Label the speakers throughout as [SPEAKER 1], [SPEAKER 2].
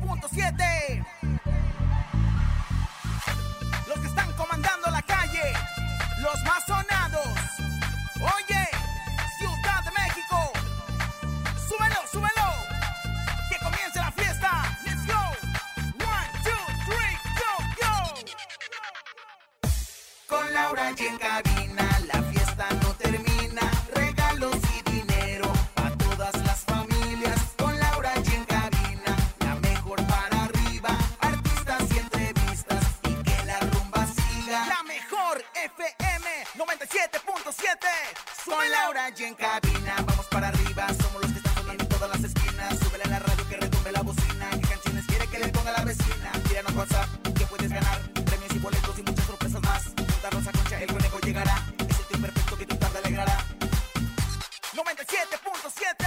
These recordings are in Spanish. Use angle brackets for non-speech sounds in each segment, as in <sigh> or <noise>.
[SPEAKER 1] 107. Los que están comandando la calle, los más sonados. Oye, Ciudad de México, súbelo, súbelo. Que comience la fiesta. Let's go. One, two, three, go, go. Con Laura y en cabina, la fiesta no termina. Regalos y dinero a todas las familias. Con Laura y en cabina, la mejor para arriba. Artistas y entrevistas y que la rumba siga. La mejor FM 97.7. Soy Laura y en cabina, vamos para arriba. Somos los que están sonando en todas las esquinas. Súbele a la radio que retumbe la bocina. ¿Qué canciones quiere que le ponga la vecina? Tíranos WhatsApp que puedes ganar. Premios y boletos y muchas sorpresas más. Juntarnos a concha, el conejo llegará. Es el tío perfecto que tu tarde alegrará. 97.7.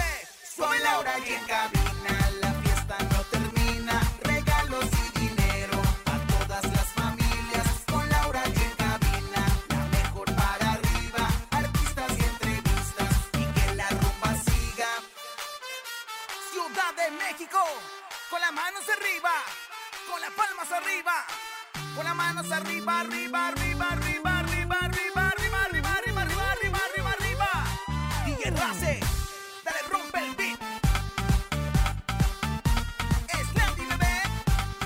[SPEAKER 1] Soy Laura y en cabina la fiesta no termina. Regalos y dinero a todas las familias. Con Laura y en cabina la mejor para arriba. Artistas y entrevistas y que la rumba siga. Ciudad de México, con las manos arriba, con las palmas arriba, con las manos arriba, arriba, arriba, arriba, arriba, arriba, arriba, arriba, arriba, arriba, arriba, arriba, arriba. DJ Race, dale rompe el beat. Slendy bebé,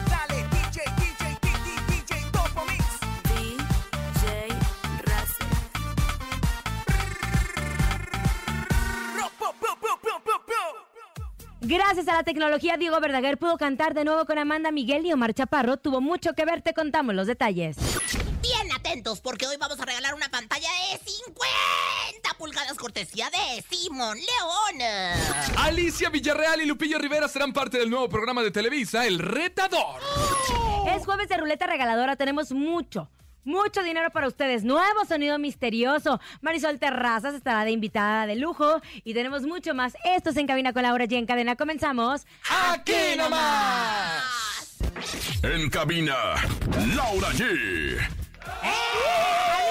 [SPEAKER 1] dale DJ, DJ, DJ, DJ, Topo Mix.
[SPEAKER 2] DJ Racer.
[SPEAKER 1] Ro, pu, pu, pu, pu, pu, pu.
[SPEAKER 3] Gracias a la tecnología, Diego Verdaguer pudo cantar de nuevo con Amanda Miguel y Omar Chaparro. Tuvo mucho que ver, te contamos los detalles.
[SPEAKER 4] Bien atentos porque hoy vamos a regalar una pantalla de 50 pulgadas cortesía de Simón León.
[SPEAKER 5] Alicia Villarreal y Lupillo Rivera serán parte del nuevo programa de Televisa, El Retador.
[SPEAKER 3] Es jueves de ruleta regaladora, tenemos mucho. Mucho dinero para ustedes, nuevo sonido misterioso. Marisol Terrazas estará de invitada de lujo y tenemos mucho más. Esto es En Cabina con Laura G en Cadena. Comenzamos.
[SPEAKER 5] ¡Aquí nomás!
[SPEAKER 6] En cabina, Laura G.
[SPEAKER 3] Amigos,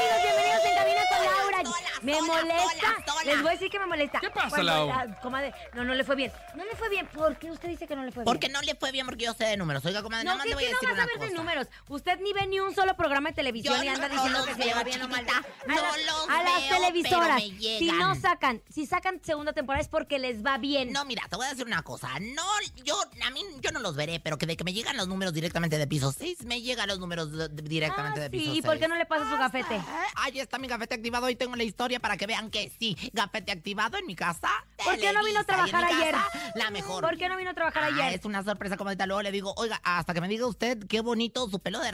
[SPEAKER 3] bienvenidos en Cabina con Laura.
[SPEAKER 4] Sola,
[SPEAKER 3] me
[SPEAKER 4] sola,
[SPEAKER 3] molesta.
[SPEAKER 4] sola, sola.
[SPEAKER 3] Les voy a decir que me molesta.
[SPEAKER 5] ¿Qué pasa,
[SPEAKER 3] Cuando
[SPEAKER 5] Lau?
[SPEAKER 3] la comadre- no, no le fue bien. No le fue bien. ¿Por qué usted dice que no le fue bien?
[SPEAKER 4] Porque no le fue bien porque yo sé de números. Oiga, comadre,
[SPEAKER 3] No,
[SPEAKER 4] Ah, nada más
[SPEAKER 3] ¿qué,
[SPEAKER 4] le voy a
[SPEAKER 3] qué no
[SPEAKER 4] decir
[SPEAKER 3] vas
[SPEAKER 4] una
[SPEAKER 3] a ver
[SPEAKER 4] cosa.
[SPEAKER 3] de números? Usted ni ve ni un solo programa de televisión
[SPEAKER 4] Yo
[SPEAKER 3] y anda
[SPEAKER 4] no
[SPEAKER 3] diciendo
[SPEAKER 4] los
[SPEAKER 3] que se lleva
[SPEAKER 4] veo,
[SPEAKER 3] bien o mal.
[SPEAKER 4] chiquita.
[SPEAKER 3] A
[SPEAKER 4] No
[SPEAKER 3] las,
[SPEAKER 4] los
[SPEAKER 3] a las
[SPEAKER 4] veo, pero
[SPEAKER 3] televisoras,
[SPEAKER 4] me
[SPEAKER 3] si no
[SPEAKER 4] llegan.
[SPEAKER 3] sacan, si sacan segunda temporada es porque les va bien.
[SPEAKER 4] No, mira, te voy a decir una cosa. No, yo, a mí, yo no los veré, pero que de que me llegan los números directamente de piso 6, me llegan los números de- de- directamente
[SPEAKER 3] Ah,
[SPEAKER 4] de piso
[SPEAKER 3] sí,
[SPEAKER 4] 6.
[SPEAKER 3] ¿y por qué no le pasa su gafete?
[SPEAKER 4] Ahí Ah, está mi gafete activado y tengo la historia para que vean que sí, gafete activado en mi casa.
[SPEAKER 3] ¿Por qué no vino a
[SPEAKER 4] Televisa, y en
[SPEAKER 3] trabajar
[SPEAKER 4] mi
[SPEAKER 3] ayer?
[SPEAKER 4] casa, la mejor.
[SPEAKER 3] ¿Por qué no vino a trabajar
[SPEAKER 4] Ah,
[SPEAKER 3] ayer?
[SPEAKER 4] es una sorpresa como esta. Luego le digo, oiga, hasta que me diga usted qué bonito su pelo de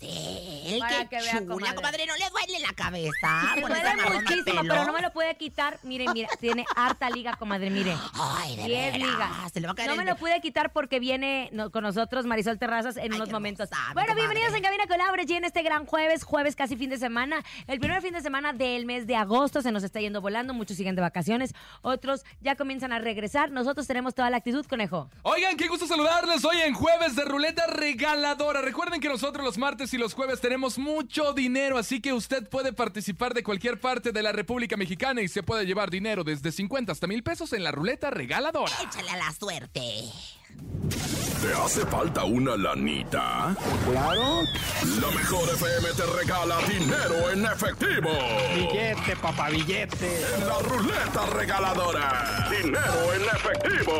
[SPEAKER 4] Rapunzel.
[SPEAKER 3] Para
[SPEAKER 4] qué
[SPEAKER 3] que vea,
[SPEAKER 4] chula,
[SPEAKER 3] comadre.
[SPEAKER 4] comadre. No le duele la cabeza.
[SPEAKER 3] Me
[SPEAKER 4] con esa
[SPEAKER 3] duele
[SPEAKER 4] marrón de
[SPEAKER 3] muchísimo,
[SPEAKER 4] pelo?
[SPEAKER 3] pero no me lo puede quitar. Mire, mire, tiene harta liga, comadre, mire.
[SPEAKER 4] Ay, de
[SPEAKER 3] Diez
[SPEAKER 4] veras,
[SPEAKER 3] ligas.
[SPEAKER 4] Se le va a caer
[SPEAKER 3] No
[SPEAKER 4] el
[SPEAKER 3] me lo pude quitar porque viene no- con nosotros Marisol Terrazas en
[SPEAKER 4] Ay,
[SPEAKER 3] unos
[SPEAKER 4] qué
[SPEAKER 3] momentos.
[SPEAKER 4] hermosa, mi
[SPEAKER 3] Bueno,
[SPEAKER 4] comadre.
[SPEAKER 3] bienvenidos en Cabina con Laura G en este gran jueves, jueves casi fin de semana. El primer fin de semana del mes de agosto se nos está yendo volando. Muchos siguen de vacaciones, otros ya comienzan a regresar. Nosotros tenemos toda la actitud, conejo.
[SPEAKER 5] Oigan, qué gusto saludarles hoy en jueves de ruleta regaladora. Recuerden que nosotros los martes y los jueves tenemos mucho dinero, así que usted puede participar de cualquier parte de la República Mexicana y se puede llevar dinero desde 50 hasta mil pesos en la ruleta regaladora.
[SPEAKER 4] Échale a la suerte.
[SPEAKER 6] ¿Te hace falta una lanita? Claro. La mejor FM te regala dinero en efectivo.
[SPEAKER 7] Billete, papá, billete.
[SPEAKER 6] La ruleta regaladora. Dinero en efectivo.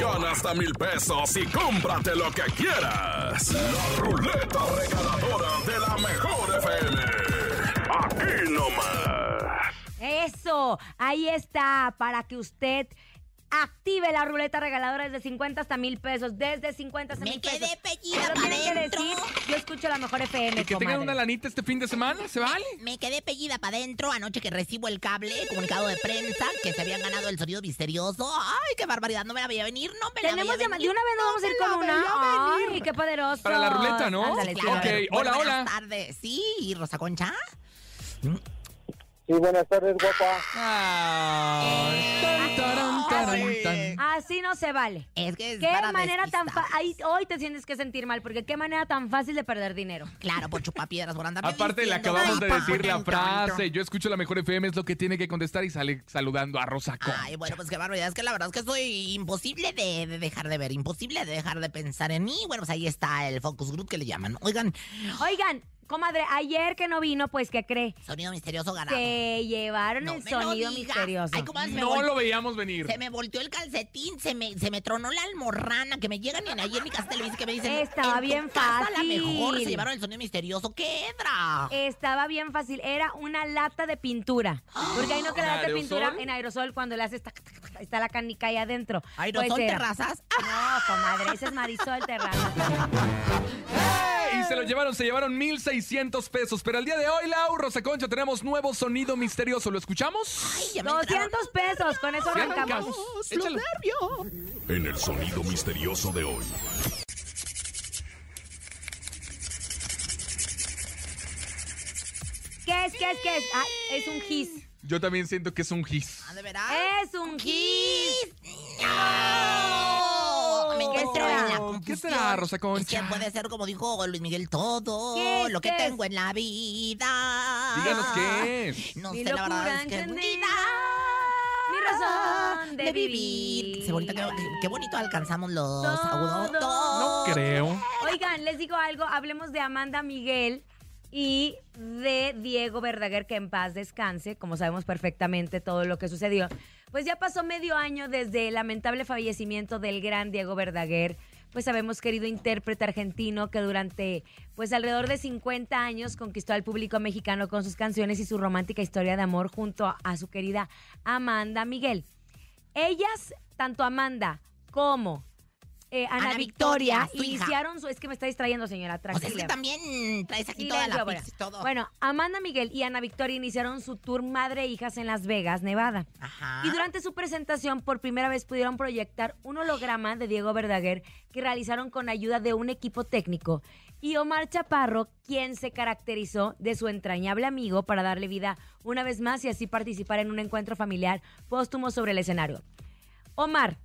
[SPEAKER 6] Gana hasta mil pesos y cómprate lo que quieras. La ruleta regaladora de la mejor FM. Aquí nomás.
[SPEAKER 3] Eso, ahí está, para que usted active la ruleta regaladora desde 50 hasta mil pesos, desde 50 hasta
[SPEAKER 4] Me
[SPEAKER 3] mil
[SPEAKER 4] quedé
[SPEAKER 3] pesos.
[SPEAKER 4] pellida
[SPEAKER 3] Me lo
[SPEAKER 4] pa'
[SPEAKER 3] tienen que
[SPEAKER 4] dentro.
[SPEAKER 3] decir, yo escucho la mejor FM,
[SPEAKER 5] Y que tengan
[SPEAKER 3] comadre.
[SPEAKER 5] una lanita este fin de semana, ¿se vale?
[SPEAKER 4] Me quedé pellida para adentro anoche que recibo el cable, comunicado de prensa, que se habían ganado el sonido misterioso. Ay, qué barbaridad, no me la veía venir, no me la
[SPEAKER 3] Tenemos
[SPEAKER 4] veía
[SPEAKER 3] llamada. De
[SPEAKER 4] venir.
[SPEAKER 3] una vez nos vamos a ir
[SPEAKER 4] me
[SPEAKER 3] con
[SPEAKER 4] la
[SPEAKER 3] una.
[SPEAKER 4] veía venir.
[SPEAKER 3] Ay, qué poderoso.
[SPEAKER 5] Para la ruleta, ¿no?
[SPEAKER 3] Ándale, sí,
[SPEAKER 4] Oh, Claro.
[SPEAKER 5] Ok,
[SPEAKER 3] a ver.
[SPEAKER 4] Bueno,
[SPEAKER 5] hola, hola.
[SPEAKER 4] Buenas tardes. Sí, Rosa Concha.
[SPEAKER 8] Sí, buenas tardes, guapa.
[SPEAKER 5] Ay, tan, taran, taran, tan.
[SPEAKER 4] Ah,
[SPEAKER 3] Así así no se vale.
[SPEAKER 4] Es que es
[SPEAKER 3] ¿Qué
[SPEAKER 4] para
[SPEAKER 3] manera tan
[SPEAKER 4] despistar.
[SPEAKER 3] fácil? Hoy te tienes que sentir mal, porque qué manera tan fácil de perder dinero.
[SPEAKER 4] Claro, por chupapiedras, por andar
[SPEAKER 5] Aparte, le
[SPEAKER 4] diciendo,
[SPEAKER 5] acabamos
[SPEAKER 4] "Ay,
[SPEAKER 5] de
[SPEAKER 4] pa,
[SPEAKER 5] decir la
[SPEAKER 4] qué tonto".
[SPEAKER 5] frase. Yo escucho la mejor FM, es lo que tiene que contestar y sale saludando a Rosa Concha.
[SPEAKER 4] Ay, bueno, pues qué barbaridad. Es que la verdad es que soy imposible de, de dejar de ver, imposible de dejar de pensar en mí. Bueno, pues ahí está el focus group que le llaman. Oigan,
[SPEAKER 3] Oigan, comadre, ayer que no vino, pues, ¿qué cree?
[SPEAKER 4] sonido misterioso ganado.
[SPEAKER 3] Se llevaron
[SPEAKER 4] No
[SPEAKER 3] el
[SPEAKER 4] me lo
[SPEAKER 3] sonido
[SPEAKER 4] digas.
[SPEAKER 3] misterioso.
[SPEAKER 4] Ay, comadre, se me
[SPEAKER 5] No
[SPEAKER 4] vol-
[SPEAKER 5] lo veíamos venir.
[SPEAKER 4] Se me volteó el calcetín, se me, se me tronó la almorrana, que me llegan y ayer en mi casa televisa que me dicen...
[SPEAKER 3] Estaba
[SPEAKER 4] "En tu
[SPEAKER 3] bien
[SPEAKER 4] casa la
[SPEAKER 3] fácil". Eh,
[SPEAKER 4] mejor, se llevaron el sonido misterioso. ¿Qué era?
[SPEAKER 3] Estaba bien fácil, era una lata de pintura. Porque ahí no que
[SPEAKER 5] ¿En
[SPEAKER 3] la lata de
[SPEAKER 5] aerosol?
[SPEAKER 3] pintura en aerosol cuando le haces tac, tac, tac, está la canica ahí adentro.
[SPEAKER 4] Ay, no
[SPEAKER 3] Pues
[SPEAKER 4] son
[SPEAKER 3] era.
[SPEAKER 4] terrazas.
[SPEAKER 3] No, comadre, ese es Marisol Terraza.
[SPEAKER 5] Y se lo llevaron, se llevaron 1,600 pesos. Pero el día de hoy, Lau, Rosa Concha, tenemos nuevo sonido misterioso. ¿Lo escuchamos?
[SPEAKER 4] Ay, ya me entraron
[SPEAKER 3] 200 pesos, con eso
[SPEAKER 5] Sí,
[SPEAKER 3] arrancamos.
[SPEAKER 5] arrancamos. Échale.
[SPEAKER 6] En el sonido misterioso de hoy.
[SPEAKER 3] ¿Qué es, qué es, qué es? Ah, es un gis.
[SPEAKER 5] Yo también siento que es un gis.
[SPEAKER 4] Ah, ¿De verdad?
[SPEAKER 3] Es un gis.
[SPEAKER 4] ¡No! Me encuentro en la
[SPEAKER 5] ¿Qué
[SPEAKER 4] confusión.
[SPEAKER 5] será, Rosa Concha?
[SPEAKER 4] Es que puede ser, como dijo Luis Miguel, todo
[SPEAKER 3] ¿Qué
[SPEAKER 4] lo que
[SPEAKER 3] es?
[SPEAKER 4] tengo en la vida.
[SPEAKER 5] Díganos qué es.
[SPEAKER 4] No
[SPEAKER 3] Mi
[SPEAKER 4] sé, la
[SPEAKER 3] locura
[SPEAKER 4] verdad es que...
[SPEAKER 3] encendida, mi razón de vivir.
[SPEAKER 4] Qué bonito, qué, qué bonito alcanzamos los
[SPEAKER 3] Todo.
[SPEAKER 4] agudos. Oh.
[SPEAKER 3] No
[SPEAKER 5] Creo.
[SPEAKER 3] Oigan, les digo algo, hablemos de Amanda Miguel y de Diego Verdaguer, que en paz descanse, como sabemos perfectamente todo lo que sucedió. Pues ya pasó medio año desde el lamentable fallecimiento del gran Diego Verdaguer. Pues sabemos, querido intérprete argentino, que durante pues alrededor de 50 años conquistó al público mexicano con sus canciones y su romántica historia de amor junto a- a su querida Amanda Miguel. Ellas, tanto Amanda como eh, Ana,
[SPEAKER 4] Ana
[SPEAKER 3] Victoria,
[SPEAKER 4] Victoria, su hija.
[SPEAKER 3] iniciaron su. Es que me está distrayendo, señora,
[SPEAKER 4] O sea, es que
[SPEAKER 3] tranquila.
[SPEAKER 4] también traes aquí
[SPEAKER 3] Silencio,
[SPEAKER 4] toda la
[SPEAKER 3] bueno.
[SPEAKER 4] pizza y todo.
[SPEAKER 3] Bueno, Amanda Miguel y Ana Victoria iniciaron su tour Madre e Hijas en Las Vegas, Nevada.
[SPEAKER 4] Ajá.
[SPEAKER 3] Y durante su presentación, por primera vez pudieron proyectar un holograma de Diego Verdaguer que realizaron con ayuda de un equipo técnico. Y Omar Chaparro, quien se caracterizó de su entrañable amigo para darle vida una vez más y así participar en un encuentro familiar póstumo sobre el escenario. Omar,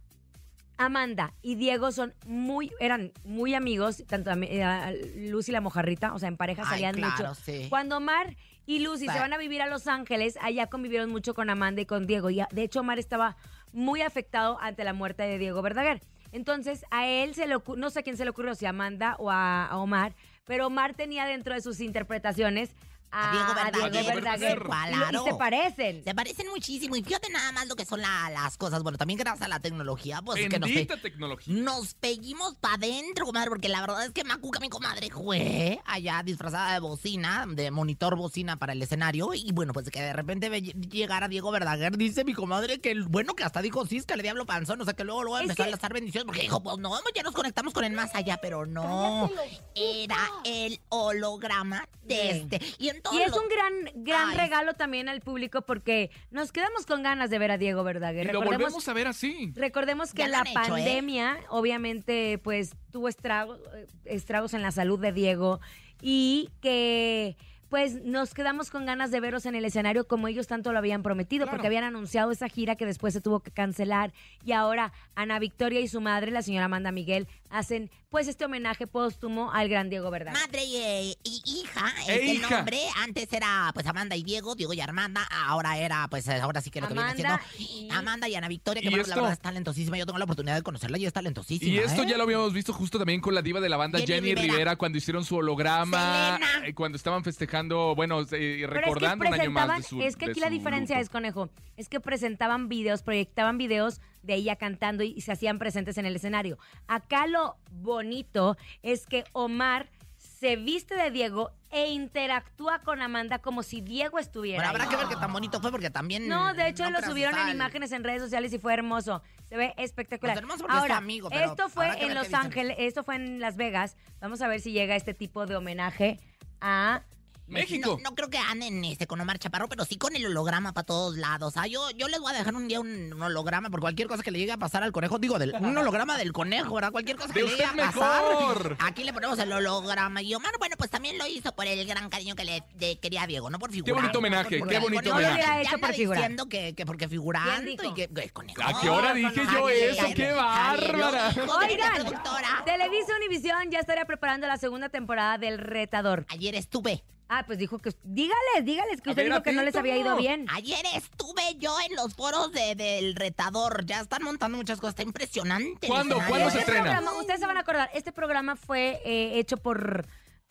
[SPEAKER 3] Amanda y Diego son muy, eran muy amigos, tanto a- eh, a Lucy la mojarrita, o sea, en pareja
[SPEAKER 4] Ay,
[SPEAKER 3] salían
[SPEAKER 4] claro,
[SPEAKER 3] mucho.
[SPEAKER 4] sí.
[SPEAKER 3] Cuando Omar y Lucy
[SPEAKER 4] Sí.
[SPEAKER 3] se van a vivir a Los Ángeles, allá convivieron mucho con Amanda y con Diego. Y ah, de hecho, Omar estaba muy afectado ante la muerte de Diego Verdaguer. Entonces, a él se le ocurrió, no sé a quién se le ocurrió, si a Amanda o a, a Omar, pero Omar tenía dentro de sus interpretaciones a,
[SPEAKER 4] A Diego
[SPEAKER 3] a
[SPEAKER 4] Verdaguer.
[SPEAKER 3] Diego Verdaguer. Y,
[SPEAKER 4] Claro.
[SPEAKER 3] y se parecen.
[SPEAKER 4] Se parecen muchísimo y fíjate nada más lo que son la- las cosas. Bueno, también gracias a la tecnología, pues que nos,
[SPEAKER 5] Bendita
[SPEAKER 4] pe-
[SPEAKER 5] tecnología.
[SPEAKER 4] nos peguimos para adentro, comadre, porque la verdad es que Macuca, mi comadre, fue allá disfrazada de bocina, de monitor bocina para el escenario. Y bueno, pues que de repente ve ll- llegar a Diego Verdaguer, dice mi comadre que, el- bueno, que hasta dijo cisca, le diablo panzón, o sea que luego luego
[SPEAKER 3] Es
[SPEAKER 4] empezó
[SPEAKER 3] que-
[SPEAKER 4] a lanzar bendiciones, porque dijo, pues no, ya nos conectamos con el más allá, pero no. Era el holograma de
[SPEAKER 3] Sí.
[SPEAKER 4] este. Y
[SPEAKER 3] Y
[SPEAKER 4] entonces.
[SPEAKER 3] es un gran, gran
[SPEAKER 4] Ay.
[SPEAKER 3] regalo también al público porque nos quedamos con ganas de ver a Diego
[SPEAKER 5] Y
[SPEAKER 3] Verdaguer.
[SPEAKER 5] lo
[SPEAKER 3] Recordemos,
[SPEAKER 5] volvemos a ver así.
[SPEAKER 3] recordemos que
[SPEAKER 4] Ya lo
[SPEAKER 3] la
[SPEAKER 4] han hecho, ¿eh?
[SPEAKER 3] pandemia, obviamente, pues tuvo estragos, estragos en la salud de Diego y que pues nos quedamos con ganas de verlos en el escenario como ellos tanto lo habían prometido,
[SPEAKER 5] Claro.
[SPEAKER 3] porque habían anunciado esa gira que después se tuvo que cancelar y ahora Ana Victoria y su madre, la señora Amanda Miguel, hacen pues este homenaje póstumo al gran Diego Verdaguer.
[SPEAKER 4] Madre y, eh, y hija,
[SPEAKER 5] E
[SPEAKER 4] es el
[SPEAKER 5] hija.
[SPEAKER 4] nombre. Antes era pues Amanda y Diego, Diego y Armanda. Ahora era, pues ahora sí que lo que viene
[SPEAKER 3] Amanda y-
[SPEAKER 4] haciendo Amanda y Ana Victoria, que
[SPEAKER 5] ¿Y
[SPEAKER 4] bueno, la
[SPEAKER 5] esto?
[SPEAKER 4] verdad es talentosísima. Yo tengo la oportunidad de conocerla y es talentosísima.
[SPEAKER 5] Y esto
[SPEAKER 4] ¿eh?
[SPEAKER 5] ya lo habíamos visto justo también con la diva de la banda
[SPEAKER 4] Jenny
[SPEAKER 5] Jenny,
[SPEAKER 4] Rivera.
[SPEAKER 5] Rivera. cuando hicieron su holograma,
[SPEAKER 4] Selena.
[SPEAKER 5] eh, cuando estaban festejando, bueno, eh,
[SPEAKER 3] Pero es que
[SPEAKER 5] recordando un año más
[SPEAKER 3] presentaban-
[SPEAKER 5] de su
[SPEAKER 3] Es que
[SPEAKER 5] de
[SPEAKER 3] aquí la
[SPEAKER 5] su
[SPEAKER 3] diferencia
[SPEAKER 5] luto.
[SPEAKER 3] es, conejo, es que presentaban videos, proyectaban videos de ella cantando y, y se hacían presentes en el escenario. Acá lo bonito es que Omar se viste de Diego e interactúa con Amanda como si Diego estuviera.
[SPEAKER 4] Bueno,
[SPEAKER 3] ahí.
[SPEAKER 4] habrá que ver qué tan bonito fue porque también.
[SPEAKER 3] No, de hecho lo
[SPEAKER 4] creas,
[SPEAKER 3] subieron en
[SPEAKER 4] está el-
[SPEAKER 3] imágenes en redes sociales y fue hermoso. Se ve espectacular.
[SPEAKER 4] Pues hermoso porque es
[SPEAKER 3] Ahora,
[SPEAKER 4] amigo, pero
[SPEAKER 3] esto fue
[SPEAKER 4] habrá que
[SPEAKER 3] en
[SPEAKER 4] ver qué
[SPEAKER 3] Los
[SPEAKER 4] dicen.
[SPEAKER 3] Ángeles, esto fue en Las Vegas. Vamos a ver si llega este tipo de homenaje a
[SPEAKER 5] México.
[SPEAKER 4] Pues No, no creo que anden este, con Omar Chaparro, pero sí con el holograma para todos lados. Ah, yo, yo les voy a dejar un día un, un holograma por cualquier cosa que le llegue a pasar al conejo. Digo, del, un holograma del conejo, ¿verdad? Cualquier cosa que
[SPEAKER 5] De
[SPEAKER 4] le llegue a
[SPEAKER 5] usted
[SPEAKER 4] pasar.
[SPEAKER 5] mejor.
[SPEAKER 4] Aquí le ponemos el holograma. Y Omar, bueno, pues también lo hizo por el gran cariño que le de- quería a Diego, ¿no? Por figurar.
[SPEAKER 5] bonito
[SPEAKER 4] ¿no?
[SPEAKER 5] homenaje,
[SPEAKER 4] Por-
[SPEAKER 5] qué
[SPEAKER 4] por-
[SPEAKER 5] bonito
[SPEAKER 4] no lo
[SPEAKER 5] homenaje.
[SPEAKER 4] hubiera
[SPEAKER 3] Ya
[SPEAKER 4] hecho
[SPEAKER 3] anda
[SPEAKER 4] por figurar.
[SPEAKER 3] diciendo
[SPEAKER 4] que, que porque
[SPEAKER 3] Bien
[SPEAKER 4] figurando
[SPEAKER 3] dijo.
[SPEAKER 4] y que el conejo.
[SPEAKER 5] ¿A qué hora dije yo eso? ¡Qué bárbara!
[SPEAKER 4] <laughs> Oigan,
[SPEAKER 3] Oigan, Televisa Univisión ya estaría preparando la segunda temporada del Retador.
[SPEAKER 4] Ayer estuve.
[SPEAKER 3] Ah, pues dijo que... Dígales, dígales que
[SPEAKER 5] A
[SPEAKER 3] usted
[SPEAKER 5] ver,
[SPEAKER 3] dijo que no les
[SPEAKER 5] atento.
[SPEAKER 3] había ido bien.
[SPEAKER 4] Ayer estuve yo en los foros de- del retador. Ya están montando muchas cosas. Está impresionante. el
[SPEAKER 5] ¿Cuándo?
[SPEAKER 4] escenario.
[SPEAKER 5] ¿Cuándo se
[SPEAKER 3] Este
[SPEAKER 5] estrena?
[SPEAKER 3] programa, ustedes se van a acordar, este programa fue eh, hecho por...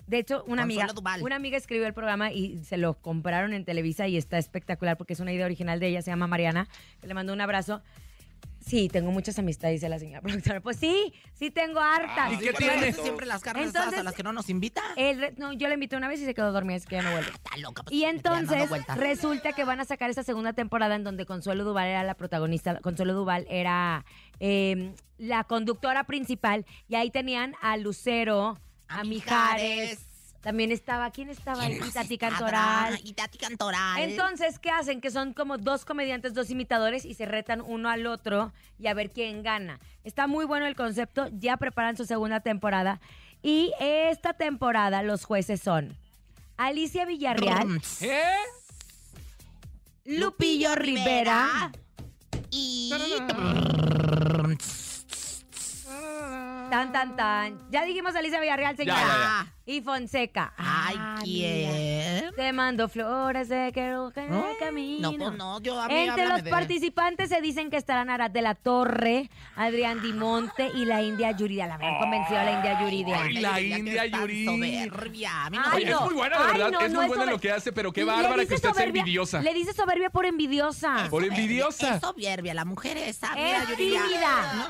[SPEAKER 3] De hecho, una amiga,
[SPEAKER 4] Consuelo Duval.
[SPEAKER 3] una amiga escribió el programa y se lo compraron en Televisa y está espectacular porque es una idea original de ella, se llama Mariana. Le mando un abrazo. Sí, tengo muchas amistades, dice la señora productora. Pues sí, sí tengo hartas.
[SPEAKER 5] Ah, ¿Y qué
[SPEAKER 4] Pero
[SPEAKER 5] tiene?
[SPEAKER 4] eso siempre las carnes
[SPEAKER 3] Entonces-
[SPEAKER 4] asadas a las que no nos invita.
[SPEAKER 3] El re- no, yo la invité una vez y se quedó dormida, es que ya no vuelve.
[SPEAKER 4] Está loca. pues,
[SPEAKER 3] Eh, Y
[SPEAKER 4] me quedan dando
[SPEAKER 3] entonces
[SPEAKER 4] vueltas.
[SPEAKER 3] resulta que van a sacar esa segunda temporada en donde Consuelo Duval era la protagonista. Consuelo Duval era eh, la conductora principal y ahí tenían a Lucero, a,
[SPEAKER 4] A
[SPEAKER 3] Mijares.
[SPEAKER 4] Mijares.
[SPEAKER 3] También estaba, ¿quién estaba? ahí?
[SPEAKER 4] ¿Quién más
[SPEAKER 3] Y Tati
[SPEAKER 4] estará?
[SPEAKER 3] Cantoral.
[SPEAKER 4] Ah, Y Tati Cantoral.
[SPEAKER 3] Entonces, ¿qué hacen? Que son como dos comediantes, dos imitadores y se retan uno al otro y a ver quién gana. Está muy bueno el concepto, ya preparan su segunda temporada y esta temporada los jueces son Alicia Villarreal,
[SPEAKER 4] Rums.
[SPEAKER 5] ¿Eh?
[SPEAKER 3] Lupillo Rivera,
[SPEAKER 4] Y.
[SPEAKER 5] Ah,
[SPEAKER 3] tan tan tan. Ya dijimos Alicia Villarreal,
[SPEAKER 5] ya,
[SPEAKER 3] señora.
[SPEAKER 5] ya.
[SPEAKER 3] Y Fonseca.
[SPEAKER 4] Ay,
[SPEAKER 3] Ah, mira.
[SPEAKER 4] ¿quién?
[SPEAKER 3] Te mando flores de que rugen
[SPEAKER 4] No,
[SPEAKER 3] el camino.
[SPEAKER 4] No, pues no, yo a mí
[SPEAKER 3] Entre
[SPEAKER 4] háblame
[SPEAKER 3] los
[SPEAKER 4] de-
[SPEAKER 3] participantes se dicen que estarán Arad de la Torre, Adrián Dimonte y la India Yuridia. La habían convencido a la India Yuridia.
[SPEAKER 5] Ay, la
[SPEAKER 4] Yuridia, que
[SPEAKER 5] India
[SPEAKER 4] es tan
[SPEAKER 5] Yuri.
[SPEAKER 4] soberbia. A mí no
[SPEAKER 3] Ay,
[SPEAKER 5] Oye,
[SPEAKER 3] no.
[SPEAKER 5] es muy buena, de
[SPEAKER 3] Ay,
[SPEAKER 5] verdad.
[SPEAKER 3] no,
[SPEAKER 5] es
[SPEAKER 3] no,
[SPEAKER 5] muy
[SPEAKER 3] es
[SPEAKER 5] buena
[SPEAKER 3] sober-
[SPEAKER 5] lo que hace, pero qué
[SPEAKER 3] Le
[SPEAKER 5] bárbara
[SPEAKER 3] dice
[SPEAKER 5] que usted sea
[SPEAKER 3] soberbia-
[SPEAKER 5] envidiosa.
[SPEAKER 3] Le dice soberbia por envidiosa.
[SPEAKER 5] Por envidiosa.
[SPEAKER 4] Es soberbia, la mujer esa.
[SPEAKER 3] Es tímida.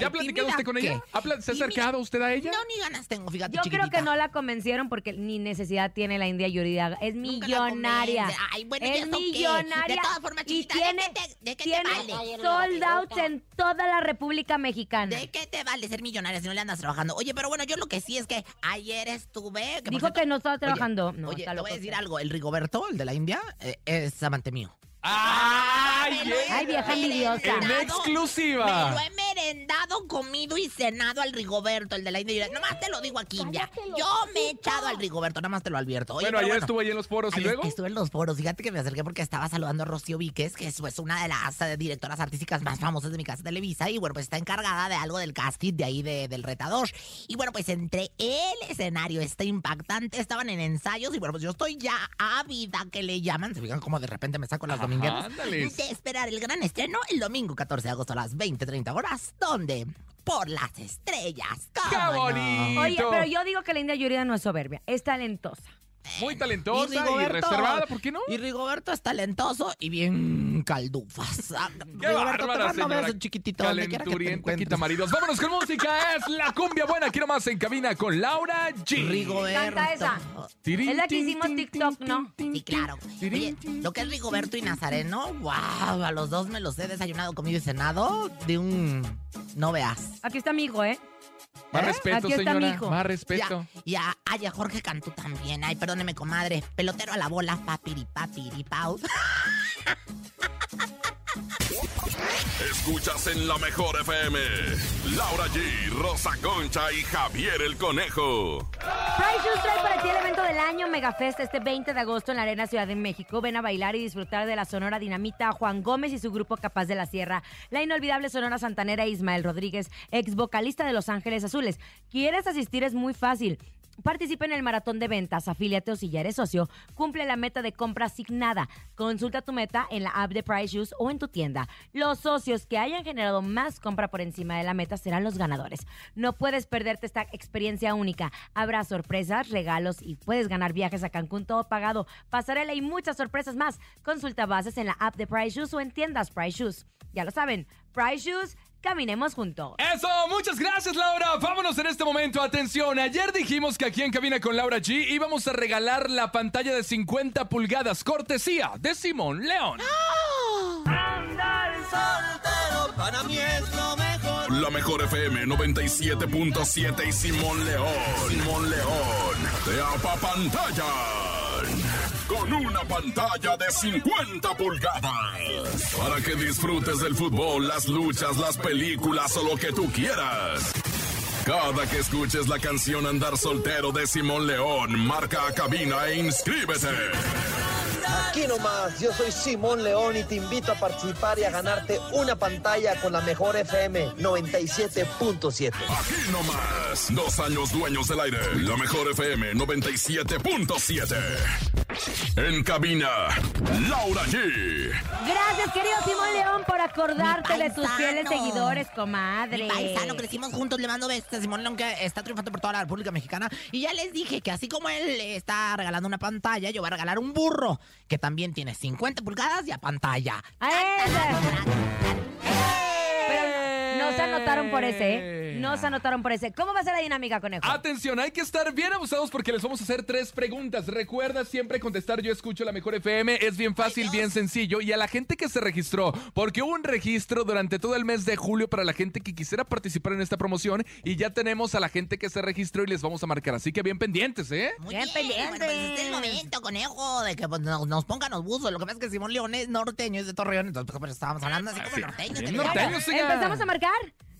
[SPEAKER 5] ¿Ya ha platicado usted con ella? ¿Ha pla- ¿Se ha acercado usted a ella?
[SPEAKER 4] No, ni ganas tengo, fíjate,
[SPEAKER 3] Yo creo que no la convencieron porque ni necesidad tiene la India Yuridia. Es millonaria.
[SPEAKER 4] Ay, bueno, ¿y
[SPEAKER 3] es
[SPEAKER 4] eso qué?
[SPEAKER 3] millonaria.
[SPEAKER 4] De todas formas, chiquita,
[SPEAKER 3] y
[SPEAKER 4] ¿de
[SPEAKER 3] tiene,
[SPEAKER 4] qué te- de qué te
[SPEAKER 3] tiene
[SPEAKER 4] vale?
[SPEAKER 3] sold out en toda la República Mexicana.
[SPEAKER 4] ¿De qué te vale ser millonaria si no le andas trabajando? Oye, pero bueno, yo lo que sí es que ayer estuve... por
[SPEAKER 3] Dijo que no estaba
[SPEAKER 4] oye,
[SPEAKER 3] trabajando. No,
[SPEAKER 4] oye,
[SPEAKER 3] está
[SPEAKER 4] te voy
[SPEAKER 3] loco
[SPEAKER 4] a decir
[SPEAKER 3] usted.
[SPEAKER 4] algo. El Rigoberto, el de la India, eh, es amante mío.
[SPEAKER 5] ¡Ay, eh!
[SPEAKER 3] Ay, vieja envidiosa.
[SPEAKER 5] ¡En
[SPEAKER 4] Me
[SPEAKER 5] exclusiva!
[SPEAKER 4] lo he merendado, comido y cenado al Rigoberto, el de la India. Nomás te lo digo aquí, ya. Yo me he echado al Rigoberto, nomás te lo advierto. Oye,
[SPEAKER 5] Bueno,
[SPEAKER 4] pero
[SPEAKER 5] ayer estuvo ahí en los foros y
[SPEAKER 4] Ay,
[SPEAKER 5] luego.
[SPEAKER 4] es que estuve en los foros. Fíjate que me acerqué porque estaba saludando a Rocío Víquez, que es pues, una de las eh, directoras artísticas más famosas de mi casa Televisa. Y bueno, pues está encargada de algo del casting de ahí de- del retador. Y bueno, pues entre el escenario está impactante. Estaban en ensayos y bueno, pues yo estoy ya ávida que le llaman. Se fijan como de repente me saco las domingueras.
[SPEAKER 5] ándales.
[SPEAKER 4] De esperar el gran estreno el domingo 14 de agosto a las 20.30 horas. ¿Dónde? Por las estrellas.
[SPEAKER 5] ¡Qué
[SPEAKER 4] ¡Cómo no!
[SPEAKER 5] bonito!
[SPEAKER 3] Oye, pero yo digo que la India Yuridia no es soberbia, es talentosa.
[SPEAKER 5] Muy talentosa y,
[SPEAKER 4] Rigoberto-
[SPEAKER 5] reservada, ¿por qué no?
[SPEAKER 4] Y Rigoberto es talentoso y bien
[SPEAKER 5] <laughs>
[SPEAKER 4] caldufas. Ah, Rigoberto, te
[SPEAKER 5] bárbara,
[SPEAKER 4] mando
[SPEAKER 5] señora.
[SPEAKER 4] besos, chiquitito, donde quiera que te
[SPEAKER 5] Calenturienta, quita
[SPEAKER 4] encuentres.
[SPEAKER 5] maridos. Vámonos con música. Es la cumbia buena. Quiero más en cabina con Laura G.
[SPEAKER 4] Rigoberto.
[SPEAKER 3] Canta esa.
[SPEAKER 5] Tirín,
[SPEAKER 3] Es la que
[SPEAKER 5] tin,
[SPEAKER 3] hicimos
[SPEAKER 5] tin,
[SPEAKER 3] TikTok,
[SPEAKER 5] tin,
[SPEAKER 3] ¿no?
[SPEAKER 5] tin,
[SPEAKER 4] Sí, claro.
[SPEAKER 5] tin,
[SPEAKER 4] Oye,
[SPEAKER 5] tin,
[SPEAKER 4] lo que es Rigoberto y Nazareno, wow, a los dos me los he desayunado, comido y cenado de un... No veas.
[SPEAKER 3] Aquí está mi hijo, ¿eh?
[SPEAKER 5] Más
[SPEAKER 4] ¿Eh?
[SPEAKER 5] respeto,
[SPEAKER 3] Aquí está mi
[SPEAKER 5] señora.
[SPEAKER 3] hijo.
[SPEAKER 5] Más respeto.
[SPEAKER 4] Ya, Y a, ay, a Jorge Cantú también. Ay, perdóneme, comadre. Pelotero a la bola, papiri, papiri, <laughs> pau.
[SPEAKER 6] Escuchas en la mejor FM. Laura G, Rosa Concha y Javier el Conejo.
[SPEAKER 3] Price Shoes trae para ti el evento del año Megafest este 20 de agosto en la Arena Ciudad de México. Ven a bailar y disfrutar de la Sonora Dinamita, Juan Gómez y su grupo Capaz de la Sierra, la inolvidable Sonora Santanera e Ismael Rodríguez, ex vocalista de Los Ángeles Azules. ¿Quieres asistir? Es muy fácil. Participa en el maratón de ventas, afíliate o si ya eres socio, cumple la meta de compra asignada. Consulta tu meta en la app de Price Shoes o en tu tienda. Los socios que hayan generado más compra por encima de la meta serán los ganadores. No puedes perderte esta experiencia única. Habrá sorpresas, regalos y puedes ganar viajes a Cancún todo pagado, pasarela y muchas sorpresas más. Consulta bases en la app de Price Shoes o en tiendas Price Shoes. Ya lo saben, Price Shoes, caminemos juntos.
[SPEAKER 5] Eso, muchas gracias Laura. Vámonos en este momento. Atención, ayer dijimos que aquí en Cabina con Laura G íbamos a regalar la pantalla de 50 pulgadas cortesía de Simón León.
[SPEAKER 6] La mejor FM 97.7 y Simón León. Simón León. Te apapantallan. con una pantalla de 50 pulgadas. Para que disfrutes del fútbol, las luchas, las películas o lo que tú quieras. Cada que escuches la canción Andar Soltero de Simón León, marca a cabina e inscríbete.
[SPEAKER 8] Aquí nomás, yo soy Simón León y te invito a participar y a ganarte una pantalla con la mejor FM 97.7.
[SPEAKER 6] Aquí nomás, dos años dueños del aire. La mejor FM 97.7. En cabina, Laura G.
[SPEAKER 3] Gracias, querido Simón León, por acordarte
[SPEAKER 4] Mi
[SPEAKER 3] de tus
[SPEAKER 4] paisano.
[SPEAKER 3] fieles seguidores, comadre.
[SPEAKER 4] Mi paisano, crecimos juntos, le mando besos a Simón León, que está triunfando por toda la República Mexicana. Y ya les dije que así como él está regalando una pantalla, yo voy a regalar un burro, que también tiene 50 pulgadas y a pantalla.
[SPEAKER 3] A ese. Pero no se anotaron por ese, ¿eh? No se anotaron por ese. ¿Cómo va a ser la dinámica, conejo?
[SPEAKER 5] Atención, hay que estar bien abusados porque les vamos a hacer tres preguntas. Recuerda siempre contestar yo escucho la mejor FM. Es bien fácil, bien sencillo. Y a la gente que se registró, porque hubo un registro durante todo el mes de julio para la gente que quisiera participar en esta promoción. Y ya tenemos a la gente que se registró y les vamos a marcar. Así que bien pendientes, ¿eh?
[SPEAKER 4] Muy
[SPEAKER 3] Bien pendientes.
[SPEAKER 4] bueno, pues este es el momento, conejo, de que pues, nos, nos pongan los buzos. Lo que pasa es que Simón León es norteño, es de Torreón, entonces pues, estábamos hablando así como norteño.
[SPEAKER 5] bien
[SPEAKER 4] te digo.
[SPEAKER 5] norteño.
[SPEAKER 3] Bueno,
[SPEAKER 5] siga.
[SPEAKER 3] empezamos a marcar.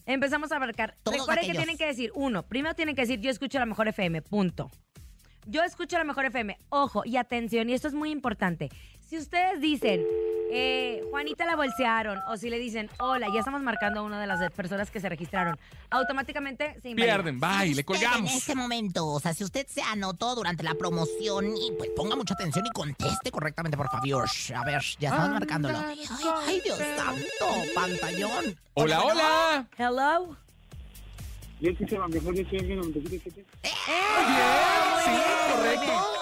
[SPEAKER 3] Empezamos a marcar.
[SPEAKER 4] Todos
[SPEAKER 3] Recuerden que
[SPEAKER 4] aquellos.
[SPEAKER 3] tienen que decir, uno, primero tienen que decir, yo escucho la mejor FM, punto. Yo escucho la mejor FM. Ojo y atención, y esto es muy importante. Si ustedes dicen, eh, Juanita la bolsearon, o si le dicen, hola, ya estamos marcando a una de las personas que se registraron, automáticamente se invalida.
[SPEAKER 5] Pierden, bye,
[SPEAKER 4] Usted
[SPEAKER 5] le
[SPEAKER 4] En
[SPEAKER 5] colgamos.
[SPEAKER 4] este momento, o sea, si usted se anotó durante la promoción y pues ponga mucha atención y conteste correctamente, por favor. A ver, ya estamos marcándolo. Ay, ay, Dios santo, pantallón.
[SPEAKER 5] Hola, hola.
[SPEAKER 3] Hello.
[SPEAKER 7] Yo escucho la mejor FM 97.7.
[SPEAKER 5] Sí, correcto.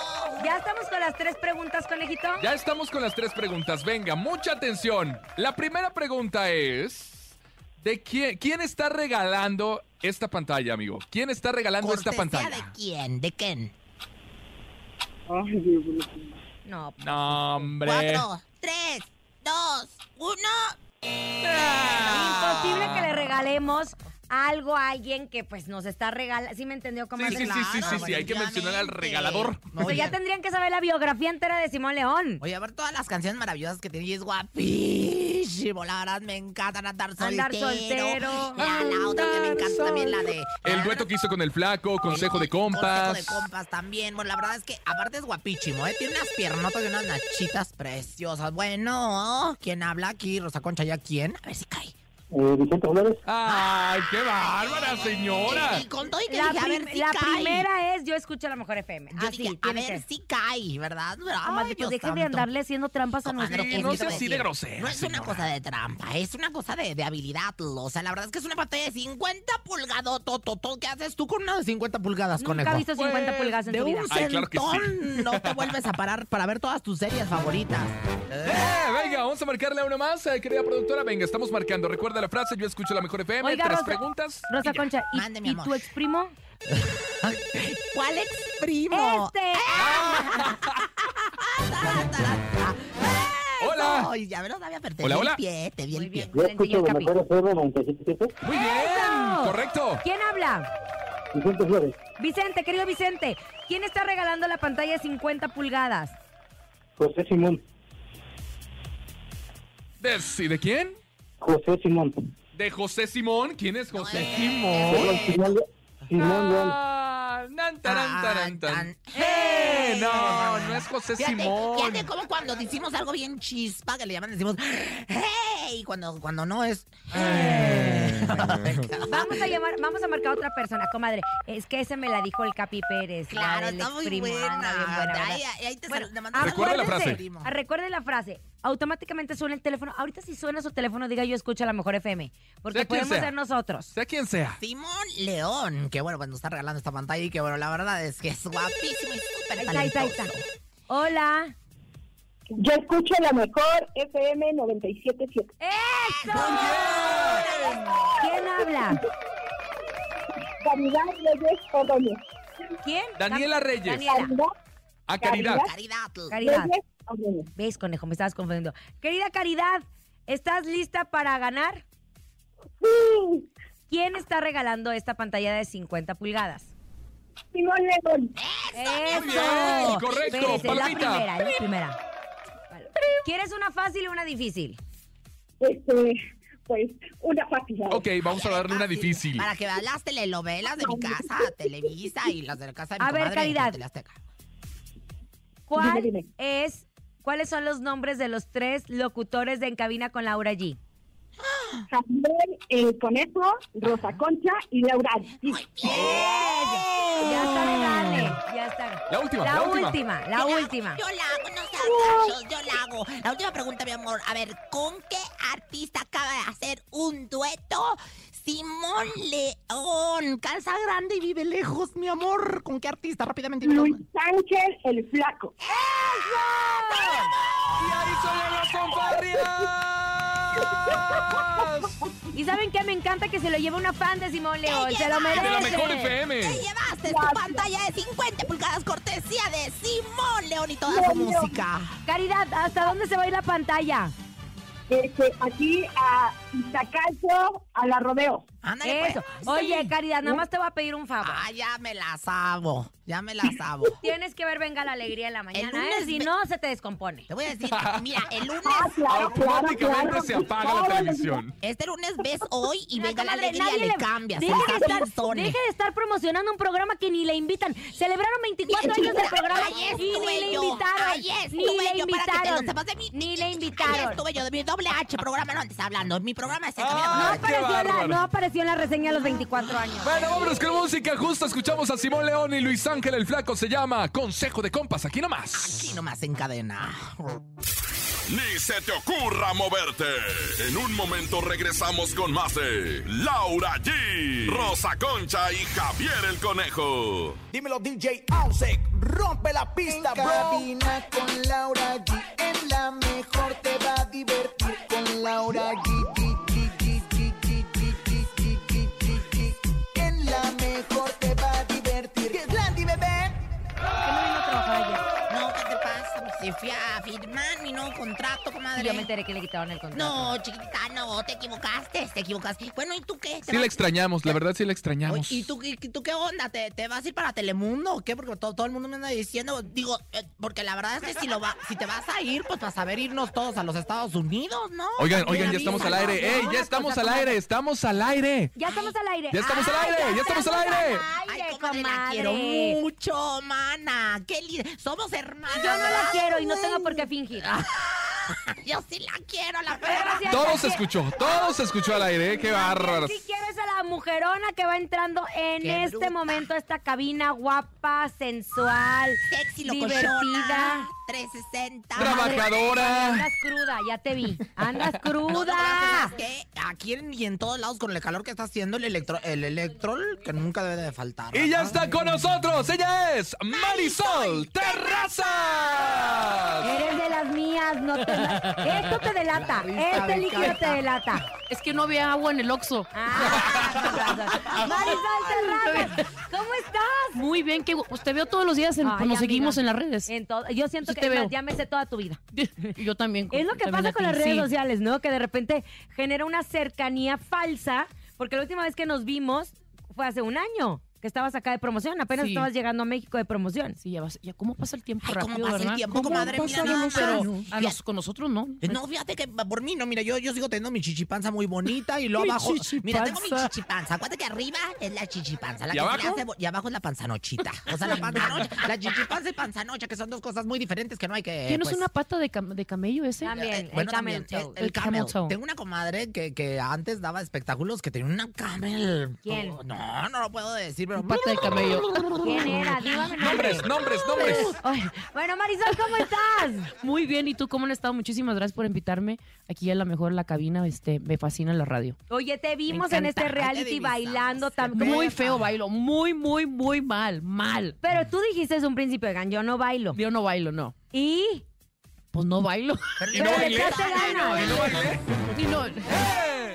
[SPEAKER 3] Ya estamos con las tres preguntas, conejito.
[SPEAKER 5] Ya estamos con las tres preguntas. Venga, mucha atención. La primera pregunta es: ¿de quién, quién está regalando esta pantalla, amigo? ¿Quién está regalando esta
[SPEAKER 4] ¿Cortesía
[SPEAKER 5] pantalla?
[SPEAKER 4] de quién? ¿De quién?
[SPEAKER 7] Ay, Dios mío.
[SPEAKER 3] No.
[SPEAKER 5] No, hombre.
[SPEAKER 4] Cuatro, tres, dos, uno.
[SPEAKER 5] Ah.
[SPEAKER 3] Imposible que le regalemos algo a alguien que pues nos está regalando. ¿Sí me entendió,
[SPEAKER 5] Sí,
[SPEAKER 3] comadre?
[SPEAKER 5] sí, sí, sí, sí, sí, Hay que
[SPEAKER 4] Obviamente.
[SPEAKER 5] mencionar al regalador.
[SPEAKER 4] No,
[SPEAKER 3] Pero ya
[SPEAKER 4] oye,
[SPEAKER 3] tendrían que saber la biografía entera de Simón León.
[SPEAKER 4] Oye, a ver todas las canciones maravillosas que tiene y es guapísimo. La verdad, me encanta andar soltero.
[SPEAKER 3] Andar soltero.
[SPEAKER 4] La, la otra que me encanta también, la de... Ah,
[SPEAKER 5] El dueto que hizo con el flaco, consejo de
[SPEAKER 4] Consejo de
[SPEAKER 5] compas.
[SPEAKER 4] compas también. Bueno, la verdad es que aparte es guapísimo, ¿eh? Tiene unas piernotas y unas nachitas preciosas. Bueno, ¿quién habla aquí? Rosa Concha, ¿ya quién? A ver si cae.
[SPEAKER 7] Eh, Vicente Flores.
[SPEAKER 5] Ay, qué bárbara, señora.
[SPEAKER 4] Y, y con todo y que
[SPEAKER 3] La,
[SPEAKER 4] dije, a ver
[SPEAKER 3] prim-
[SPEAKER 4] si
[SPEAKER 3] la
[SPEAKER 4] cae.
[SPEAKER 3] primera es Yo escucho la mejor FM.
[SPEAKER 4] Yo
[SPEAKER 3] Así,
[SPEAKER 4] dije, a
[SPEAKER 3] tiene
[SPEAKER 4] ver
[SPEAKER 3] que-
[SPEAKER 4] si cae, ¿verdad? Pero,
[SPEAKER 3] Ah, madre,
[SPEAKER 4] ay,
[SPEAKER 3] pues
[SPEAKER 4] Dios
[SPEAKER 3] dejen de
[SPEAKER 4] santo.
[SPEAKER 3] andarle haciendo trampas a
[SPEAKER 4] Comadre,
[SPEAKER 3] nuestro
[SPEAKER 4] ¿qué
[SPEAKER 5] sí,
[SPEAKER 4] les
[SPEAKER 5] no
[SPEAKER 3] público.
[SPEAKER 5] sea
[SPEAKER 4] voy a
[SPEAKER 5] así de
[SPEAKER 4] decir?
[SPEAKER 5] grosera,
[SPEAKER 4] No es una
[SPEAKER 5] señora.
[SPEAKER 4] cosa de trampa, es una cosa de, de habilidad. O sea, la verdad es que es una pantalla de 50 pulgadas. ¿Qué haces tú con una de 50 pulgadas,
[SPEAKER 3] Nunca he
[SPEAKER 4] conejo?
[SPEAKER 3] visto 50
[SPEAKER 5] Pues,
[SPEAKER 3] pulgadas en
[SPEAKER 4] De
[SPEAKER 3] tu vida.
[SPEAKER 4] un
[SPEAKER 5] Ay, claro que sí.
[SPEAKER 4] centón no te vuelves a parar para ver todas tus series favoritas.
[SPEAKER 5] Eh, venga, vamos a marcarle a uno más, eh, querida productora. Venga, estamos marcando. Recuerda la frase, yo escucho la mejor FM.
[SPEAKER 3] Oiga,
[SPEAKER 5] tres
[SPEAKER 3] Rosa-
[SPEAKER 5] preguntas. y
[SPEAKER 3] Rosa
[SPEAKER 5] ya.
[SPEAKER 3] Concha, ¿y,
[SPEAKER 4] Mande, mi
[SPEAKER 3] y
[SPEAKER 4] amor.
[SPEAKER 3] tu ex primo?
[SPEAKER 4] ¿Cuál ex primo? Ah,
[SPEAKER 3] Este.
[SPEAKER 4] Tará, tará, tará. Eso.
[SPEAKER 5] Hola.
[SPEAKER 4] Ay, ya me los había perdido.
[SPEAKER 5] Hola,
[SPEAKER 4] Te vi el
[SPEAKER 5] hola.
[SPEAKER 4] pie, te vi el
[SPEAKER 3] Muy bien.
[SPEAKER 4] pie.
[SPEAKER 7] Yo
[SPEAKER 3] Le enseñó
[SPEAKER 7] escucho
[SPEAKER 3] el
[SPEAKER 7] la
[SPEAKER 3] capi.
[SPEAKER 7] mejor FM 97.7.
[SPEAKER 5] Muy bien,
[SPEAKER 3] ¡Eso!
[SPEAKER 5] correcto.
[SPEAKER 3] ¿Quién habla?
[SPEAKER 7] Vicente Flores.
[SPEAKER 3] Vicente, querido Vicente. ¿Quién está regalando la pantalla de 50 pulgadas?
[SPEAKER 7] José Simón.
[SPEAKER 5] ¿De, sí, ¿de quién?
[SPEAKER 7] José Simón.
[SPEAKER 5] ¿De José Simón? ¿Quién es José
[SPEAKER 4] Eh,
[SPEAKER 5] Simón?
[SPEAKER 4] eh,
[SPEAKER 7] Simón León. Simón León.
[SPEAKER 5] Ah, nan, taran, taran, tan.
[SPEAKER 4] Tan, tan.
[SPEAKER 5] ¡Eh! No, no es José
[SPEAKER 4] Fíjate,
[SPEAKER 5] Simón.
[SPEAKER 4] fíjate como cuando decimos algo bien chispa, que le llaman, decimos, ¡Hey! Y cuando, cuando no es...
[SPEAKER 5] Eh.
[SPEAKER 4] <laughs> "Hey".
[SPEAKER 3] Vamos a llamar, vamos a marcar a otra persona, comadre. Es que ese me la dijo el Capi Pérez. la
[SPEAKER 4] Claro,
[SPEAKER 3] del
[SPEAKER 4] está muy
[SPEAKER 3] exprimo, anda
[SPEAKER 4] buena. ah,
[SPEAKER 3] bien buena, ¿verdad?
[SPEAKER 4] Ahí- ahí- ahí te
[SPEAKER 3] Bueno,
[SPEAKER 4] sal- te mando-
[SPEAKER 5] Recuerda la
[SPEAKER 3] acuérdense,
[SPEAKER 5] frase.
[SPEAKER 3] ah, recuerden la frase. Automáticamente suena el teléfono. Ahorita si suena su teléfono, diga yo escucho a la mejor FM. Porque
[SPEAKER 5] Sea quien
[SPEAKER 3] podemos
[SPEAKER 5] sea.
[SPEAKER 3] ser nosotros.
[SPEAKER 5] Sea quien sea.
[SPEAKER 4] Simón León, que bueno, pues nos está regalando esta pantalla y que bueno, la verdad es que es guapísimo y súper
[SPEAKER 3] Ahí está, ahí está, ahí
[SPEAKER 4] talentoso.
[SPEAKER 3] está. Hola.
[SPEAKER 9] Yo escucho la mejor FM 97.7.
[SPEAKER 3] ¿Quién habla?
[SPEAKER 9] Caridad Reyes Ordóñez.
[SPEAKER 3] ¿Quién?
[SPEAKER 5] Daniela Reyes.
[SPEAKER 3] Daniela.
[SPEAKER 9] Caridad
[SPEAKER 5] A caridad.
[SPEAKER 4] Caridad.
[SPEAKER 3] Caridad.
[SPEAKER 9] Reyes Ordóñez.
[SPEAKER 3] ¿Ves, conejo? Me estabas confundiendo. Querida Caridad, ¿estás lista para ganar?
[SPEAKER 9] Sí,
[SPEAKER 3] ¿Quién está regalando esta pantalla de 50 pulgadas?
[SPEAKER 9] Simón León.
[SPEAKER 5] Muy
[SPEAKER 3] ¡Eso!
[SPEAKER 5] bien, correcto,
[SPEAKER 3] Espérese, es la
[SPEAKER 5] palomita.
[SPEAKER 3] primera, es la primera. Vale. ¿Quieres una fácil o una difícil?
[SPEAKER 9] Este, pues, una fácil. a ver.
[SPEAKER 5] Ok, vamos a darle una difícil.
[SPEAKER 4] Para que veas las telenovelas de mi casa, Televisa y las de la casa de mi
[SPEAKER 3] A ver,
[SPEAKER 4] comadre,
[SPEAKER 3] calidad.
[SPEAKER 4] Tele Azteca.
[SPEAKER 3] ¿Cuál
[SPEAKER 9] Dime, dime.
[SPEAKER 3] es, cuáles son los nombres de los tres locutores de En Cabina con Laura G?
[SPEAKER 9] Javier el eh, Conejo, Rosa Concha y Laura. Sí.
[SPEAKER 3] Ya está, dale, ya está.
[SPEAKER 5] La última,
[SPEAKER 3] la,
[SPEAKER 5] la última.
[SPEAKER 3] última, la
[SPEAKER 4] Yo
[SPEAKER 3] última.
[SPEAKER 4] Yo la hago, no seas gachos, yo la hago. La última pregunta, mi amor. A ver, ¿con qué artista acaba de hacer un dueto? Simón León. Calza grande y vive lejos, mi amor. ¿Con qué artista? Rápidamente, mi amor.
[SPEAKER 9] Luis Ángel el Flaco.
[SPEAKER 5] ¡Y ahí son las fanfarrias!
[SPEAKER 3] ¿Y saben qué? Me encanta que se lo lleve una fan de Simón León.
[SPEAKER 4] Ella
[SPEAKER 3] Se lo
[SPEAKER 4] es
[SPEAKER 5] De la
[SPEAKER 3] merece.
[SPEAKER 5] mejor FM.
[SPEAKER 4] Te llevaste tu pantalla de 50 pulgadas cortesía de Simón León y toda su música.
[SPEAKER 3] Caridad, ¿hasta dónde se va a ir la pantalla?
[SPEAKER 9] Este, aquí a Iztacalco, a la Rodeo.
[SPEAKER 4] Ándale, pues.
[SPEAKER 3] Eso. Oye, Caridad, nada más te voy a pedir un favor.
[SPEAKER 4] Ah, ya me la sabo. Ya me la sabo.
[SPEAKER 3] Tienes que ver Venga la Alegría en la mañana, ¿eh?
[SPEAKER 4] lunes
[SPEAKER 3] Si
[SPEAKER 4] ve-
[SPEAKER 3] no, se te descompone.
[SPEAKER 4] Te voy a decir, mira, el lunes.
[SPEAKER 9] Ah, claro, claro, claro.
[SPEAKER 5] Prácticamente se apaga la
[SPEAKER 9] Todos los
[SPEAKER 5] televisión.
[SPEAKER 4] Este lunes ves hoy y
[SPEAKER 3] Mira,
[SPEAKER 4] venga la
[SPEAKER 3] comadre,
[SPEAKER 4] alegría, le cambias.
[SPEAKER 3] Deje de,
[SPEAKER 4] estás
[SPEAKER 3] estar,
[SPEAKER 4] pinzone.
[SPEAKER 3] deje de estar promocionando un programa que ni le invitan. Celebraron
[SPEAKER 4] <laughs>
[SPEAKER 3] 24 años del programa
[SPEAKER 4] Ahí
[SPEAKER 3] y ni
[SPEAKER 4] estuve
[SPEAKER 3] le
[SPEAKER 4] yo,
[SPEAKER 3] invitaron.
[SPEAKER 4] ahí
[SPEAKER 3] ni
[SPEAKER 4] estuve
[SPEAKER 3] le
[SPEAKER 4] yo, para que te lo
[SPEAKER 3] invitaron.
[SPEAKER 4] sepas de mí.
[SPEAKER 3] Ni le
[SPEAKER 4] Ahí
[SPEAKER 3] invitaron.
[SPEAKER 4] estuve yo de mi doble H programa, no antes hablando. Mi programa es el Camino
[SPEAKER 3] No
[SPEAKER 5] Ah, qué
[SPEAKER 3] apareció, en la,
[SPEAKER 5] bárbaro.
[SPEAKER 3] no apareció en la reseña a los 24 años.
[SPEAKER 5] Bueno, vámonos con música. Justo escuchamos a Simón León y Luis Ángel el Flaco. Se llama Consejo de Compas. Aquí nomás.
[SPEAKER 4] Aquí nomás en cadena.
[SPEAKER 6] Ni se te ocurra moverte. En un momento regresamos con más de Laura G, Rosa Concha y Javier el Conejo.
[SPEAKER 1] Dímelo DJ Ausek, rompe la pista, bro. Cabina con Laura G, en la mejor te va a divertir con Laura G. G, G, G, G, G, G, G, G, G, G, G. En la mejor te va a divertir. ¡Que es Landy, bebé!
[SPEAKER 3] ¿Por qué no vino a trabajar ayer?
[SPEAKER 4] No, ¿qué te pasa? Pues, Se fui a firmar mi nuevo contrato,
[SPEAKER 3] Y Yo me
[SPEAKER 4] comadre.
[SPEAKER 3] enteré que le quitaron el contrato.
[SPEAKER 4] No, chiquitita, no, te equivocaste, te equivocaste. Bueno, ¿y tú qué? ¿Te
[SPEAKER 5] Sí la
[SPEAKER 4] vas-
[SPEAKER 5] extrañamos, la verdad sí la
[SPEAKER 4] Oye,
[SPEAKER 5] extrañamos.
[SPEAKER 4] ¿Y tú, qué- tú qué onda? ¿Te, te vas a ir para Telemundo o qué? Porque todo, todo el mundo me anda diciendo. Digo, eh, porque la verdad es que si, lo va, si te vas a ir, pues vas a ver irnos todos a los Estados Unidos, ¿no?
[SPEAKER 5] Oigan,
[SPEAKER 4] También
[SPEAKER 5] oigan, ya
[SPEAKER 4] avisa,
[SPEAKER 5] estamos al
[SPEAKER 4] ¿no?
[SPEAKER 5] aire.
[SPEAKER 3] no,
[SPEAKER 5] ¡Ey,
[SPEAKER 3] no,
[SPEAKER 5] ya
[SPEAKER 3] no,
[SPEAKER 5] estamos
[SPEAKER 3] no,
[SPEAKER 5] al
[SPEAKER 3] no,
[SPEAKER 5] aire! ¡Estamos al aire!
[SPEAKER 3] Ya estamos al aire.
[SPEAKER 5] Ya estamos al
[SPEAKER 3] Ay,
[SPEAKER 5] aire, ya estamos al aire.
[SPEAKER 4] Ay,
[SPEAKER 3] aire,
[SPEAKER 4] comadre, la quiero
[SPEAKER 3] comadre.
[SPEAKER 4] mucho, mana. Qué linda. Somos hermanas.
[SPEAKER 3] Yo no la quiero y no tengo por qué fingir.
[SPEAKER 4] Yo sí la quiero, la perra.
[SPEAKER 3] Gracias,
[SPEAKER 5] Todo
[SPEAKER 3] la
[SPEAKER 5] se
[SPEAKER 3] que-
[SPEAKER 5] escuchó, todo se escuchó al aire, ¿eh? qué bárbaros.
[SPEAKER 3] Si quieres a la mujerona que va entrando en
[SPEAKER 4] Qué
[SPEAKER 3] este
[SPEAKER 4] bruta.
[SPEAKER 3] momento a esta cabina guapa, sensual,
[SPEAKER 4] Sexy,
[SPEAKER 3] divertida.
[SPEAKER 4] locochona. 360.
[SPEAKER 5] Trabajadora.
[SPEAKER 3] Andas cruda, ya te vi. Andas
[SPEAKER 4] <laughs> No, no,
[SPEAKER 3] cruda.
[SPEAKER 4] gracias, es que aquí en- y en todos lados con el calor que está haciendo el electro, el electrol que nunca debe de faltar.
[SPEAKER 10] Eh,
[SPEAKER 5] Y ya
[SPEAKER 4] ¿verdad?
[SPEAKER 5] está con nosotros, ella es Marisol
[SPEAKER 10] Eh,
[SPEAKER 5] Terraza.
[SPEAKER 3] Eres de las mías, no te Esto te delata,
[SPEAKER 4] risa
[SPEAKER 3] este
[SPEAKER 4] de
[SPEAKER 3] líquido
[SPEAKER 4] Kaita.
[SPEAKER 3] te delata.
[SPEAKER 10] Es que no había agua en el Oxxo.
[SPEAKER 3] Ah, con
[SPEAKER 4] <laughs>
[SPEAKER 3] razón. Marisol Terrazas, ¿cómo estás?
[SPEAKER 10] Muy bien, que pues te veo todos los días, en,
[SPEAKER 3] Ay,
[SPEAKER 10] nos
[SPEAKER 3] amiga.
[SPEAKER 10] seguimos en
[SPEAKER 3] <laughs>
[SPEAKER 10] las redes.
[SPEAKER 3] En todo- yo siento
[SPEAKER 10] Sí
[SPEAKER 3] que
[SPEAKER 10] te
[SPEAKER 3] es más,
[SPEAKER 10] veo.
[SPEAKER 3] ya me sé toda tu vida.
[SPEAKER 10] Yo también.
[SPEAKER 3] Es lo que
[SPEAKER 10] también
[SPEAKER 3] pasa
[SPEAKER 10] a
[SPEAKER 3] con
[SPEAKER 10] ti,
[SPEAKER 3] las redes
[SPEAKER 10] sí.
[SPEAKER 3] sociales, ¿no? Que de repente genera una cercanía falsa, porque la última vez que nos vimos fue hace un año, que estabas acá de promoción, apenas
[SPEAKER 10] Sí.
[SPEAKER 3] estabas llegando a México de promoción.
[SPEAKER 10] Sí, ya vas. Ya, ¿Cómo pasa el tiempo
[SPEAKER 4] Ay, cómo
[SPEAKER 10] rápido,
[SPEAKER 4] pasa el
[SPEAKER 10] verdad?
[SPEAKER 4] tiempo,
[SPEAKER 10] ¿Cómo
[SPEAKER 4] comadre, mira,
[SPEAKER 10] pasa el
[SPEAKER 4] nada
[SPEAKER 10] tiempo?
[SPEAKER 4] más.
[SPEAKER 10] Pero a nos- con nosotros no.
[SPEAKER 4] Eh, No, fíjate que por mí no, mira, yo, yo sigo teniendo mi chichipanza muy bonita y luego
[SPEAKER 10] Mi
[SPEAKER 4] abajo. Mira, tengo mi
[SPEAKER 10] chichipanza.
[SPEAKER 4] chichipanza. Acuérdate que arriba es la chichipanza. La
[SPEAKER 5] ¿Y
[SPEAKER 4] que se le
[SPEAKER 5] abajo?
[SPEAKER 4] hace bo- y abajo es la panzanochita. O
[SPEAKER 10] <laughs>
[SPEAKER 4] sea, la panzanocha, la chichipanza y panzanocha, que son dos cosas muy diferentes que no hay que.
[SPEAKER 10] ¿Tienes
[SPEAKER 4] pues,
[SPEAKER 10] una pata de, cam- de camello ese?
[SPEAKER 3] También.
[SPEAKER 4] eh,
[SPEAKER 3] el
[SPEAKER 4] bueno,
[SPEAKER 3] camel
[SPEAKER 4] también,
[SPEAKER 3] toe.
[SPEAKER 4] El, el
[SPEAKER 10] El
[SPEAKER 4] camel.
[SPEAKER 10] camel toe.
[SPEAKER 4] Tengo una comadre que, que antes daba espectáculos que tenía una camel.
[SPEAKER 3] ¿Quién?
[SPEAKER 4] Oh, No, no lo puedo decir, pero.
[SPEAKER 10] Pata de camello.
[SPEAKER 3] ¿Quién era? Dígame nombres.
[SPEAKER 5] Nombres, nombres, nombres.
[SPEAKER 3] Ay, Bueno, Marisol, ¿cómo estás?
[SPEAKER 10] Muy bien, ¿y tú cómo han estado? Muchísimas gracias por invitarme aquí a la mejor la cabina. Este, me fascina la radio.
[SPEAKER 3] Oye, te vimos
[SPEAKER 4] Me
[SPEAKER 3] en
[SPEAKER 4] encanta,
[SPEAKER 3] este
[SPEAKER 4] ahí te
[SPEAKER 3] reality
[SPEAKER 4] divisamos,
[SPEAKER 3] bailando también.
[SPEAKER 10] Muy feo bailo, muy, muy, muy mal, mal.
[SPEAKER 3] Pero tú dijiste desde un principio, oigan, yo no bailo.
[SPEAKER 10] Yo no bailo, no.
[SPEAKER 3] Y
[SPEAKER 10] Pues no bailo.
[SPEAKER 5] Y
[SPEAKER 3] Pero
[SPEAKER 5] no
[SPEAKER 3] le
[SPEAKER 5] bailé.
[SPEAKER 3] echaste ganas.
[SPEAKER 5] Y no bailé.
[SPEAKER 10] <laughs> Y no.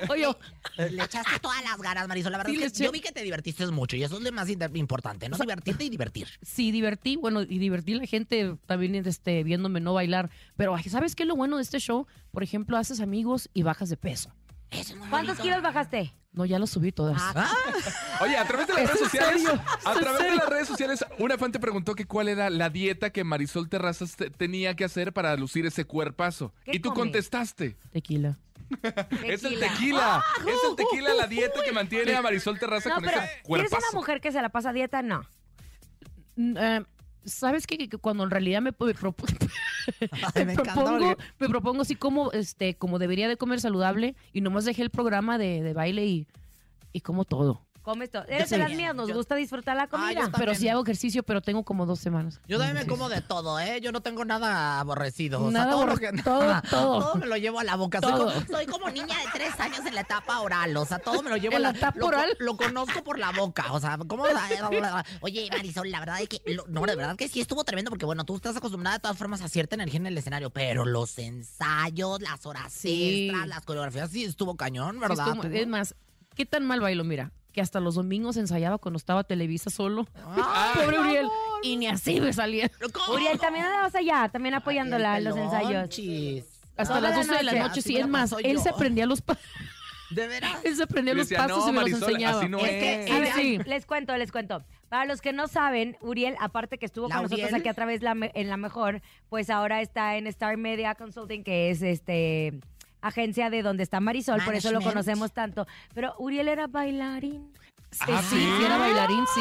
[SPEAKER 10] Oye,
[SPEAKER 4] <laughs> Le echaste todas las ganas, Marisol. La verdad
[SPEAKER 10] Sí, le
[SPEAKER 4] es que
[SPEAKER 10] eché.
[SPEAKER 4] yo vi que te divertiste mucho y eso es lo más inter- importante, ¿no? Divertirte y divertir.
[SPEAKER 10] sí, divertí, bueno, y divertí la gente también este, viéndome no bailar. Pero ay, ¿sabes qué es lo bueno de este show? Por ejemplo, haces amigos y bajas de peso.
[SPEAKER 4] Eso es muy
[SPEAKER 3] ¿cuántos
[SPEAKER 4] bonito. Ah,
[SPEAKER 3] kilos bajaste?
[SPEAKER 10] No, ya lo subí todas.
[SPEAKER 5] Oye, a través de las
[SPEAKER 10] ¿Es
[SPEAKER 5] redes
[SPEAKER 10] en
[SPEAKER 5] sociales,
[SPEAKER 10] serio?
[SPEAKER 5] a
[SPEAKER 10] ¿Es en
[SPEAKER 5] través de
[SPEAKER 10] serio?
[SPEAKER 5] las redes sociales, una fan te preguntó que cuál era la dieta que Marisol Terrazas te- tenía que hacer para lucir ese cuerpazo.
[SPEAKER 3] ¿Qué
[SPEAKER 5] Y tú
[SPEAKER 3] come?
[SPEAKER 5] contestaste,
[SPEAKER 10] Tequila. Ah,
[SPEAKER 5] es el tequila, es el tequila
[SPEAKER 10] <laughs>
[SPEAKER 5] la dieta que mantiene a Marisol Terraza
[SPEAKER 3] No,
[SPEAKER 5] con
[SPEAKER 3] pero
[SPEAKER 5] ese
[SPEAKER 3] ¿quieres una
[SPEAKER 5] cuerpazo.
[SPEAKER 3] mujer que se la pasa a dieta? No.
[SPEAKER 10] Mm, eh, ¿Sabes qué? Que- que Cuando en realidad me, pro- pro-
[SPEAKER 4] Ay,
[SPEAKER 10] me
[SPEAKER 4] me encantó,
[SPEAKER 10] propongo,
[SPEAKER 4] porque-
[SPEAKER 10] <laughs> me propongo así como, este, como debería de comer saludable y nomás dejé el programa de, de baile y, y como todo.
[SPEAKER 3] Come esto. Eres de
[SPEAKER 10] sí.
[SPEAKER 3] las mías, nos
[SPEAKER 4] Yo-
[SPEAKER 3] gusta disfrutar la
[SPEAKER 4] Ah, yo
[SPEAKER 3] comida.
[SPEAKER 4] también.
[SPEAKER 10] Pero sí hago ejercicio, pero tengo como dos semanas.
[SPEAKER 4] Yo también me
[SPEAKER 10] Sí.
[SPEAKER 4] como de todo, ¿eh? Yo no tengo nada aborrecido. O sea,
[SPEAKER 10] Nada
[SPEAKER 4] todo, lo
[SPEAKER 10] aborre-
[SPEAKER 4] que-
[SPEAKER 10] todo,
[SPEAKER 4] <laughs>
[SPEAKER 10] todo.
[SPEAKER 4] me lo llevo a la boca. Soy
[SPEAKER 10] Todo.
[SPEAKER 4] como, soy como niña de tres años en la etapa oral. O sea, todo me lo llevo
[SPEAKER 10] ¿En
[SPEAKER 4] a
[SPEAKER 10] la etapa
[SPEAKER 4] lo, co-
[SPEAKER 10] oral?
[SPEAKER 4] Lo conozco por la boca. O sea, ¿cómo? <laughs> Oye, Marisol, la verdad es que. lo- no, de verdad que sí estuvo tremendo porque, bueno, tú estás acostumbrada de todas formas a cierta energía en el escenario, pero los ensayos, las horas
[SPEAKER 10] Sí.
[SPEAKER 4] extras, las coreografías, sí estuvo cañón,
[SPEAKER 10] Sí,
[SPEAKER 4] ¿verdad?
[SPEAKER 10] estuvo-
[SPEAKER 4] Tú-
[SPEAKER 10] es más, ¿qué tan mal bailo? Mira, que hasta los domingos ensayaba cuando estaba Televisa solo. <laughs>
[SPEAKER 4] Ah,
[SPEAKER 10] Pobre Uriel. Y ni así me salía.
[SPEAKER 4] ¿cómo?
[SPEAKER 3] Uriel, también andabas allá, también apoyándola en los
[SPEAKER 4] Pelón,
[SPEAKER 3] ensayos.
[SPEAKER 4] chis.
[SPEAKER 10] Hasta
[SPEAKER 3] Toda
[SPEAKER 10] las
[SPEAKER 3] la
[SPEAKER 10] 12 de la
[SPEAKER 3] noche.
[SPEAKER 10] noche.
[SPEAKER 4] Así
[SPEAKER 10] Sí,
[SPEAKER 4] me
[SPEAKER 10] es
[SPEAKER 4] la
[SPEAKER 10] más,
[SPEAKER 4] paso
[SPEAKER 10] él
[SPEAKER 4] yo.
[SPEAKER 10] se aprendía los <laughs> pasos.
[SPEAKER 4] De veras.
[SPEAKER 10] Él se aprendía
[SPEAKER 5] Y
[SPEAKER 10] los
[SPEAKER 5] decía,
[SPEAKER 10] pasos
[SPEAKER 5] "No,
[SPEAKER 10] y me
[SPEAKER 5] Marisol,
[SPEAKER 10] los enseñaba.
[SPEAKER 5] así no
[SPEAKER 10] Es
[SPEAKER 5] es".
[SPEAKER 10] que-
[SPEAKER 3] A
[SPEAKER 10] ah,
[SPEAKER 3] ver,
[SPEAKER 10] sí.
[SPEAKER 3] Les cuento, les cuento. Para los que no saben, Uriel, aparte que estuvo
[SPEAKER 4] ¿La
[SPEAKER 3] con nosotros
[SPEAKER 4] Uriel?
[SPEAKER 3] aquí a través la me- en La Mejor, pues ahora está en Star Media Consulting, que es este agencia de donde está Marisol, por eso lo
[SPEAKER 4] Management.
[SPEAKER 3] conocemos tanto. Pero Uriel era bailarín.
[SPEAKER 10] Sí,
[SPEAKER 5] Ah,
[SPEAKER 10] sí,
[SPEAKER 5] ¿sí?
[SPEAKER 10] sí, era bailarín, sí.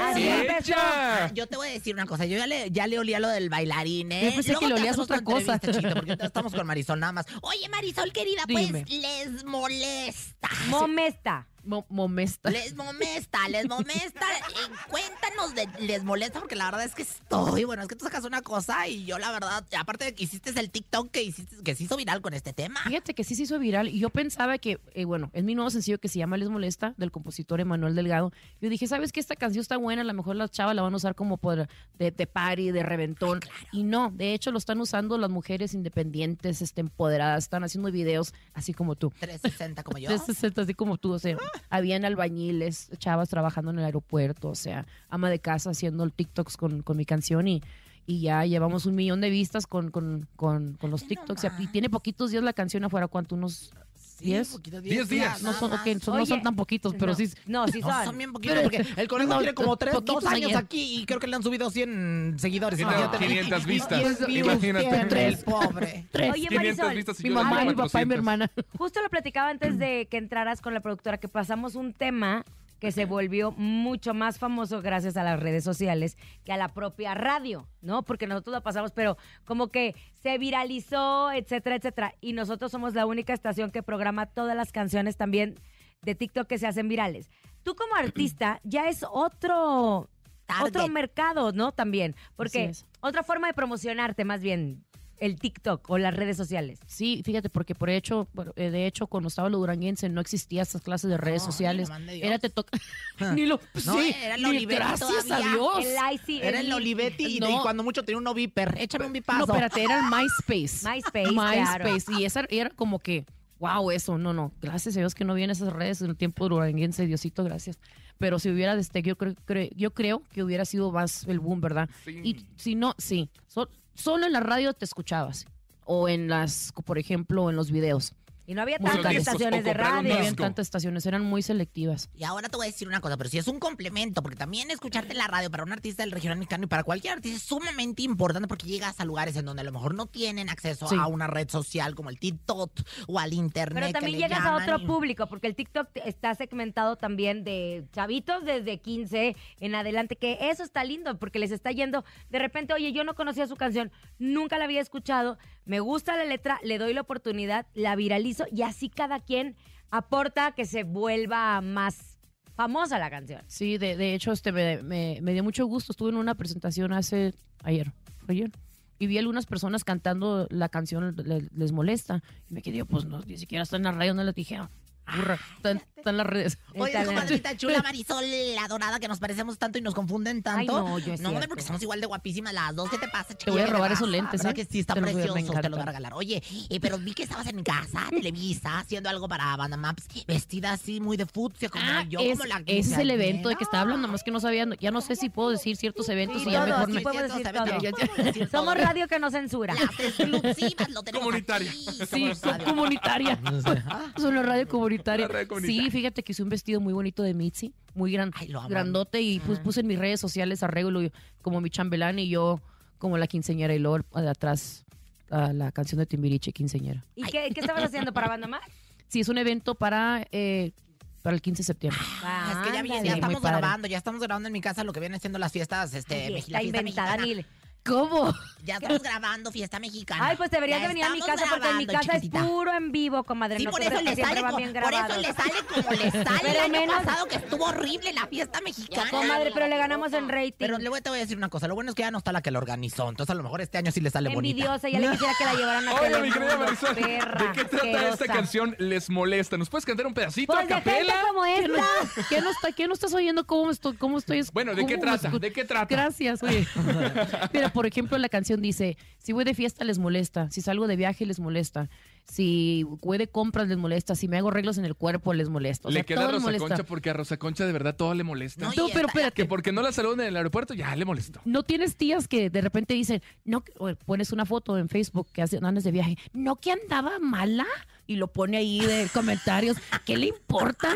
[SPEAKER 3] Así empezó.
[SPEAKER 5] ¡Ella!
[SPEAKER 4] Yo te voy a decir una cosa, yo ya le, ya le olía lo del bailarín, ¿eh?
[SPEAKER 10] Yo pensé
[SPEAKER 4] Luego
[SPEAKER 10] que le
[SPEAKER 4] te
[SPEAKER 10] olías
[SPEAKER 4] hacemos
[SPEAKER 10] otra
[SPEAKER 4] tu
[SPEAKER 10] cosa.
[SPEAKER 4] entrevista, Chito, porque ahorita estamos con Marisol nada más. Oye, Marisol, querida,
[SPEAKER 10] Dime.
[SPEAKER 4] pues les molesta.
[SPEAKER 3] Momesta.
[SPEAKER 10] Mo- Momesta.
[SPEAKER 4] Les molesta, les molesta. Eh, cuéntanos de les molesta, porque la verdad es que estoy. Bueno, es que tú sacas una cosa y yo, la verdad, aparte de que hiciste el TikTok que hiciste, que se hizo viral con este tema.
[SPEAKER 10] Fíjate que sí se hizo viral y yo pensaba que, eh, bueno, es mi nuevo sencillo que se llama Les Molesta, del compositor Emanuel Delgado. Yo dije, ¿sabes qué? Esta canción está buena, a lo mejor las chavas la van a usar como por de, de party, de reventón. Y no, de hecho lo están usando las mujeres independientes, este, empoderadas, están haciendo videos así como tú.
[SPEAKER 4] 360 como yo.
[SPEAKER 10] 360, así como tú, o sea,
[SPEAKER 9] Ah.
[SPEAKER 10] habían albañiles, chavas trabajando en el aeropuerto, o sea, ama de casa haciendo el TikToks con, con mi canción y, y ya llevamos un millón de vistas con, con, con, con los
[SPEAKER 4] Ay, no
[SPEAKER 10] TikToks. y
[SPEAKER 4] más.
[SPEAKER 10] tiene poquitos días la canción afuera, ¿cuánto? Unos ¿Diez?
[SPEAKER 4] poquitos,
[SPEAKER 5] Diez días.
[SPEAKER 10] no
[SPEAKER 4] nada
[SPEAKER 10] son,
[SPEAKER 4] más.
[SPEAKER 10] ok, son- no son
[SPEAKER 3] Oye,
[SPEAKER 10] tan poquitos, pero
[SPEAKER 3] no.
[SPEAKER 10] sí.
[SPEAKER 3] No, sí
[SPEAKER 4] No,
[SPEAKER 3] son.
[SPEAKER 4] son bien poquitos,
[SPEAKER 10] Pero-
[SPEAKER 4] porque el conejo
[SPEAKER 10] no,
[SPEAKER 4] tiene como tres,
[SPEAKER 10] poquitos
[SPEAKER 4] dos años
[SPEAKER 10] ayer.
[SPEAKER 4] aquí y creo que le han subido 100 seguidores.
[SPEAKER 5] Tiene
[SPEAKER 4] Imagínate.
[SPEAKER 5] 500 vistas,
[SPEAKER 4] Y- y- y-
[SPEAKER 5] imagínate.
[SPEAKER 4] entre el pobre.
[SPEAKER 10] Tres.
[SPEAKER 3] Oye,
[SPEAKER 5] 500
[SPEAKER 3] Marisol,
[SPEAKER 5] vistas y
[SPEAKER 10] mi
[SPEAKER 5] yo la
[SPEAKER 10] mamá,
[SPEAKER 5] tengo
[SPEAKER 10] mi papá y mi
[SPEAKER 5] 400.
[SPEAKER 10] hermana.
[SPEAKER 3] Justo lo platicaba antes de que entraras con la productora, que pasamos un tema que se volvió mucho más famoso gracias a las redes sociales que a la propia radio, ¿no? Porque nosotros la pasamos, pero como que se viralizó, etcétera, etcétera. Y nosotros somos la única estación que programa todas las canciones también de TikTok que se hacen virales. Tú como artista ya es otro, otro
[SPEAKER 4] Target.
[SPEAKER 3] mercado, ¿no? También, porque
[SPEAKER 10] es.
[SPEAKER 3] otra forma de promocionarte más bien el TikTok o las redes sociales.
[SPEAKER 10] Sí, fíjate, porque por hecho, bueno, eh, de hecho, cuando estaba lo duranguense no existía estas clases de redes
[SPEAKER 4] No,
[SPEAKER 10] sociales.
[SPEAKER 4] ni lo mande Dios.
[SPEAKER 10] Era te toca. <laughs> ni lo.
[SPEAKER 4] No,
[SPEAKER 10] sí,
[SPEAKER 4] era el
[SPEAKER 10] ni
[SPEAKER 4] Olivetti
[SPEAKER 10] gracias
[SPEAKER 4] todavía.
[SPEAKER 10] a Dios.
[SPEAKER 3] El IC,
[SPEAKER 4] Era el Olivetti y,
[SPEAKER 10] No.
[SPEAKER 4] y cuando mucho tenía un Viper. Échame un
[SPEAKER 10] No,
[SPEAKER 4] vipazo.
[SPEAKER 10] espérate, era el MySpace.
[SPEAKER 3] MySpace, claro.
[SPEAKER 10] MySpace. Y esa era como que, wow, eso, no, no. Gracias a Dios que no vienen esas redes en el tiempo duranguense, Diosito, gracias. Pero si hubiera, este, yo, creo- cre- yo creo que hubiera sido más el boom, ¿verdad?
[SPEAKER 5] Sí.
[SPEAKER 10] Y si no, sí. So- solo en la radio te escuchabas. O en las, por ejemplo, en los videos.
[SPEAKER 3] Y no había
[SPEAKER 10] Muchos
[SPEAKER 3] tantas
[SPEAKER 10] discos,
[SPEAKER 3] estaciones
[SPEAKER 5] o
[SPEAKER 3] de
[SPEAKER 5] comprar un
[SPEAKER 10] No
[SPEAKER 3] radio.
[SPEAKER 10] habían
[SPEAKER 5] Disco.
[SPEAKER 10] tantas estaciones, eran muy selectivas.
[SPEAKER 4] Y ahora te voy a decir una cosa, pero si es un complemento, porque también escucharte en la radio para un artista del regional mexicano y para cualquier artista es sumamente importante porque llegas a lugares en donde a lo mejor no tienen acceso
[SPEAKER 10] Sí.
[SPEAKER 4] a una red social como el TikTok o al internet.
[SPEAKER 3] Pero
[SPEAKER 4] que
[SPEAKER 3] también
[SPEAKER 4] le
[SPEAKER 3] llegas a
[SPEAKER 4] llaman
[SPEAKER 3] otro
[SPEAKER 4] y-
[SPEAKER 3] público, porque el TikTok te- está segmentado también de chavitos desde 15 en adelante, que eso está lindo, porque les está yendo de repente, oye, yo no conocía su canción, nunca la había escuchado, me gusta la letra, le doy la oportunidad, la viralizo y así cada quien aporta que se vuelva más famosa la canción.
[SPEAKER 10] Sí, de, de hecho, este, me, me- me dio mucho gusto. Estuve en una presentación hace ayer, fue ayer, y vi algunas personas cantando la canción Le- Les Molesta. Y me quedé, pues no, ni siquiera está en la radio, no les dije, ah, burra, está, en- está en las redes.
[SPEAKER 4] Oye,
[SPEAKER 3] Entonces-
[SPEAKER 4] comadrita chula Marisol, la dorada que nos parecemos tanto y nos confunden tanto.
[SPEAKER 10] Ay, no, yo es
[SPEAKER 4] No, hombre,
[SPEAKER 10] cierto.
[SPEAKER 4] porque somos igual de guapísimas las dos. ¿Qué te pasa, chiquilla?
[SPEAKER 10] Te voy a
[SPEAKER 4] ¿Qué
[SPEAKER 10] robar
[SPEAKER 4] pasa?
[SPEAKER 10] esos lentes,
[SPEAKER 4] ¿Verdad
[SPEAKER 10] ¿eh?
[SPEAKER 4] que sí, están
[SPEAKER 10] Te los voy a- me
[SPEAKER 4] preciosos. Te los voy a
[SPEAKER 10] encantan.
[SPEAKER 4] regalar. Oye, eh, pero vi que estabas en casa, Televisa, haciendo algo para Banda Maps, vestida así muy de fucsia, como
[SPEAKER 10] Ah,
[SPEAKER 4] yo,
[SPEAKER 10] es-
[SPEAKER 4] como la
[SPEAKER 10] ese es el evento de que
[SPEAKER 4] estaba
[SPEAKER 10] estaba hablando, más que no sabía, ya no sé si puedo decir ciertos eventos
[SPEAKER 3] Sí,
[SPEAKER 10] y ya
[SPEAKER 3] todos,
[SPEAKER 10] mejor
[SPEAKER 3] sí
[SPEAKER 10] me...
[SPEAKER 3] puedo decir todo. Somos
[SPEAKER 4] Somos
[SPEAKER 3] radio que no censura.
[SPEAKER 4] Las exclusivas lo tenemos
[SPEAKER 5] Comunitaria.
[SPEAKER 4] aquí.
[SPEAKER 10] Sí,
[SPEAKER 4] Somos
[SPEAKER 10] son
[SPEAKER 4] radio.
[SPEAKER 10] <laughs> comunitaria. Son la radio comunitaria.
[SPEAKER 5] La red comunitaria.
[SPEAKER 10] Sí, fíjate que hice un vestido muy bonito de Mitzi, muy gran,
[SPEAKER 4] lo amo.
[SPEAKER 10] grandote, y pues, puse en mis redes sociales arreglo yo como mi chambelán y yo como la quinceñera y luego de atrás a la canción de Timbiriche, quinceñera.
[SPEAKER 3] ¿Y qué, qué estabas haciendo para Banda Mar?
[SPEAKER 10] Sí, es un evento para, eh, para el 15 de septiembre.
[SPEAKER 4] Ah, es que ya, viene, ya
[SPEAKER 10] muy
[SPEAKER 4] estamos
[SPEAKER 10] padre.
[SPEAKER 4] grabando, ya estamos grabando en mi casa lo que vienen siendo las fiestas, este,
[SPEAKER 3] Oye,
[SPEAKER 4] me- la
[SPEAKER 3] está
[SPEAKER 4] fiesta
[SPEAKER 3] inventada,
[SPEAKER 4] mexicana.
[SPEAKER 3] Nil. ¿Cómo?
[SPEAKER 4] Ya estamos grabando fiesta mexicana.
[SPEAKER 3] Ay, pues deberías de
[SPEAKER 4] Ya
[SPEAKER 3] venir a mi
[SPEAKER 4] estamos
[SPEAKER 3] casa porque en mi
[SPEAKER 4] grabando,
[SPEAKER 3] casa
[SPEAKER 4] chiquitita.
[SPEAKER 3] es puro en vivo, comadre.
[SPEAKER 4] Sí,
[SPEAKER 3] no
[SPEAKER 4] por
[SPEAKER 3] te
[SPEAKER 4] eso
[SPEAKER 3] creas que
[SPEAKER 4] le
[SPEAKER 3] siempre
[SPEAKER 4] sale,
[SPEAKER 3] van
[SPEAKER 4] como,
[SPEAKER 3] bien
[SPEAKER 4] por eso
[SPEAKER 3] grabados.
[SPEAKER 4] le sale como
[SPEAKER 10] <laughs>
[SPEAKER 4] le sale el
[SPEAKER 3] Pero
[SPEAKER 4] año
[SPEAKER 3] menos-
[SPEAKER 4] pasado que estuvo horrible la fiesta mexicana.
[SPEAKER 3] Comadre, pero le ganamos en rating.
[SPEAKER 4] Pero le voy, te voy a decir una cosa, lo bueno es que ya no está la que lo organizó, entonces a lo mejor este año sí le sale bonita.
[SPEAKER 3] Envidiosa, ya le quisiera que la llevaran a
[SPEAKER 5] Oiga, mi querida
[SPEAKER 3] Telemundo,
[SPEAKER 5] Marisol,
[SPEAKER 3] perra,
[SPEAKER 5] ¿de qué trata
[SPEAKER 3] asquerosa.
[SPEAKER 5] esta canción? ¿Les molesta? ¿Nos puedes cantar un pedacito
[SPEAKER 3] Pues
[SPEAKER 5] a
[SPEAKER 3] de gente
[SPEAKER 5] capela?
[SPEAKER 3] como
[SPEAKER 10] ¿Qué no,
[SPEAKER 3] esta.
[SPEAKER 10] qué no está, qué no estás oyendo? ¿Cómo estoy? Cómo estoy es-
[SPEAKER 5] Bueno, ¿de qué
[SPEAKER 10] cómo
[SPEAKER 5] trata?
[SPEAKER 10] escu-
[SPEAKER 5] ¿De qué trata?
[SPEAKER 4] <laughs>
[SPEAKER 10] Gracias. Oye. Mira, por ejemplo, la canción dice, si voy de fiesta les molesta, si salgo de viaje les molesta, si voy de compras les molesta, si me hago arreglos en el cuerpo les molesta. O sea,
[SPEAKER 5] Le queda a
[SPEAKER 10] todo les
[SPEAKER 5] Rosa
[SPEAKER 10] molesta.
[SPEAKER 5] Concha porque a Rosa Concha de verdad todo le molesta.
[SPEAKER 4] No,
[SPEAKER 10] No,
[SPEAKER 4] y esta-
[SPEAKER 5] Que
[SPEAKER 10] pero espérate.
[SPEAKER 5] porque no la saludan en el aeropuerto ya le molestó.
[SPEAKER 10] No tienes tías que de repente dicen, no, que- o pones una foto en Facebook que hace- andas de viaje, no que andaba mala y lo pone ahí
[SPEAKER 4] <laughs>
[SPEAKER 10] de comentarios, ¿qué le importa?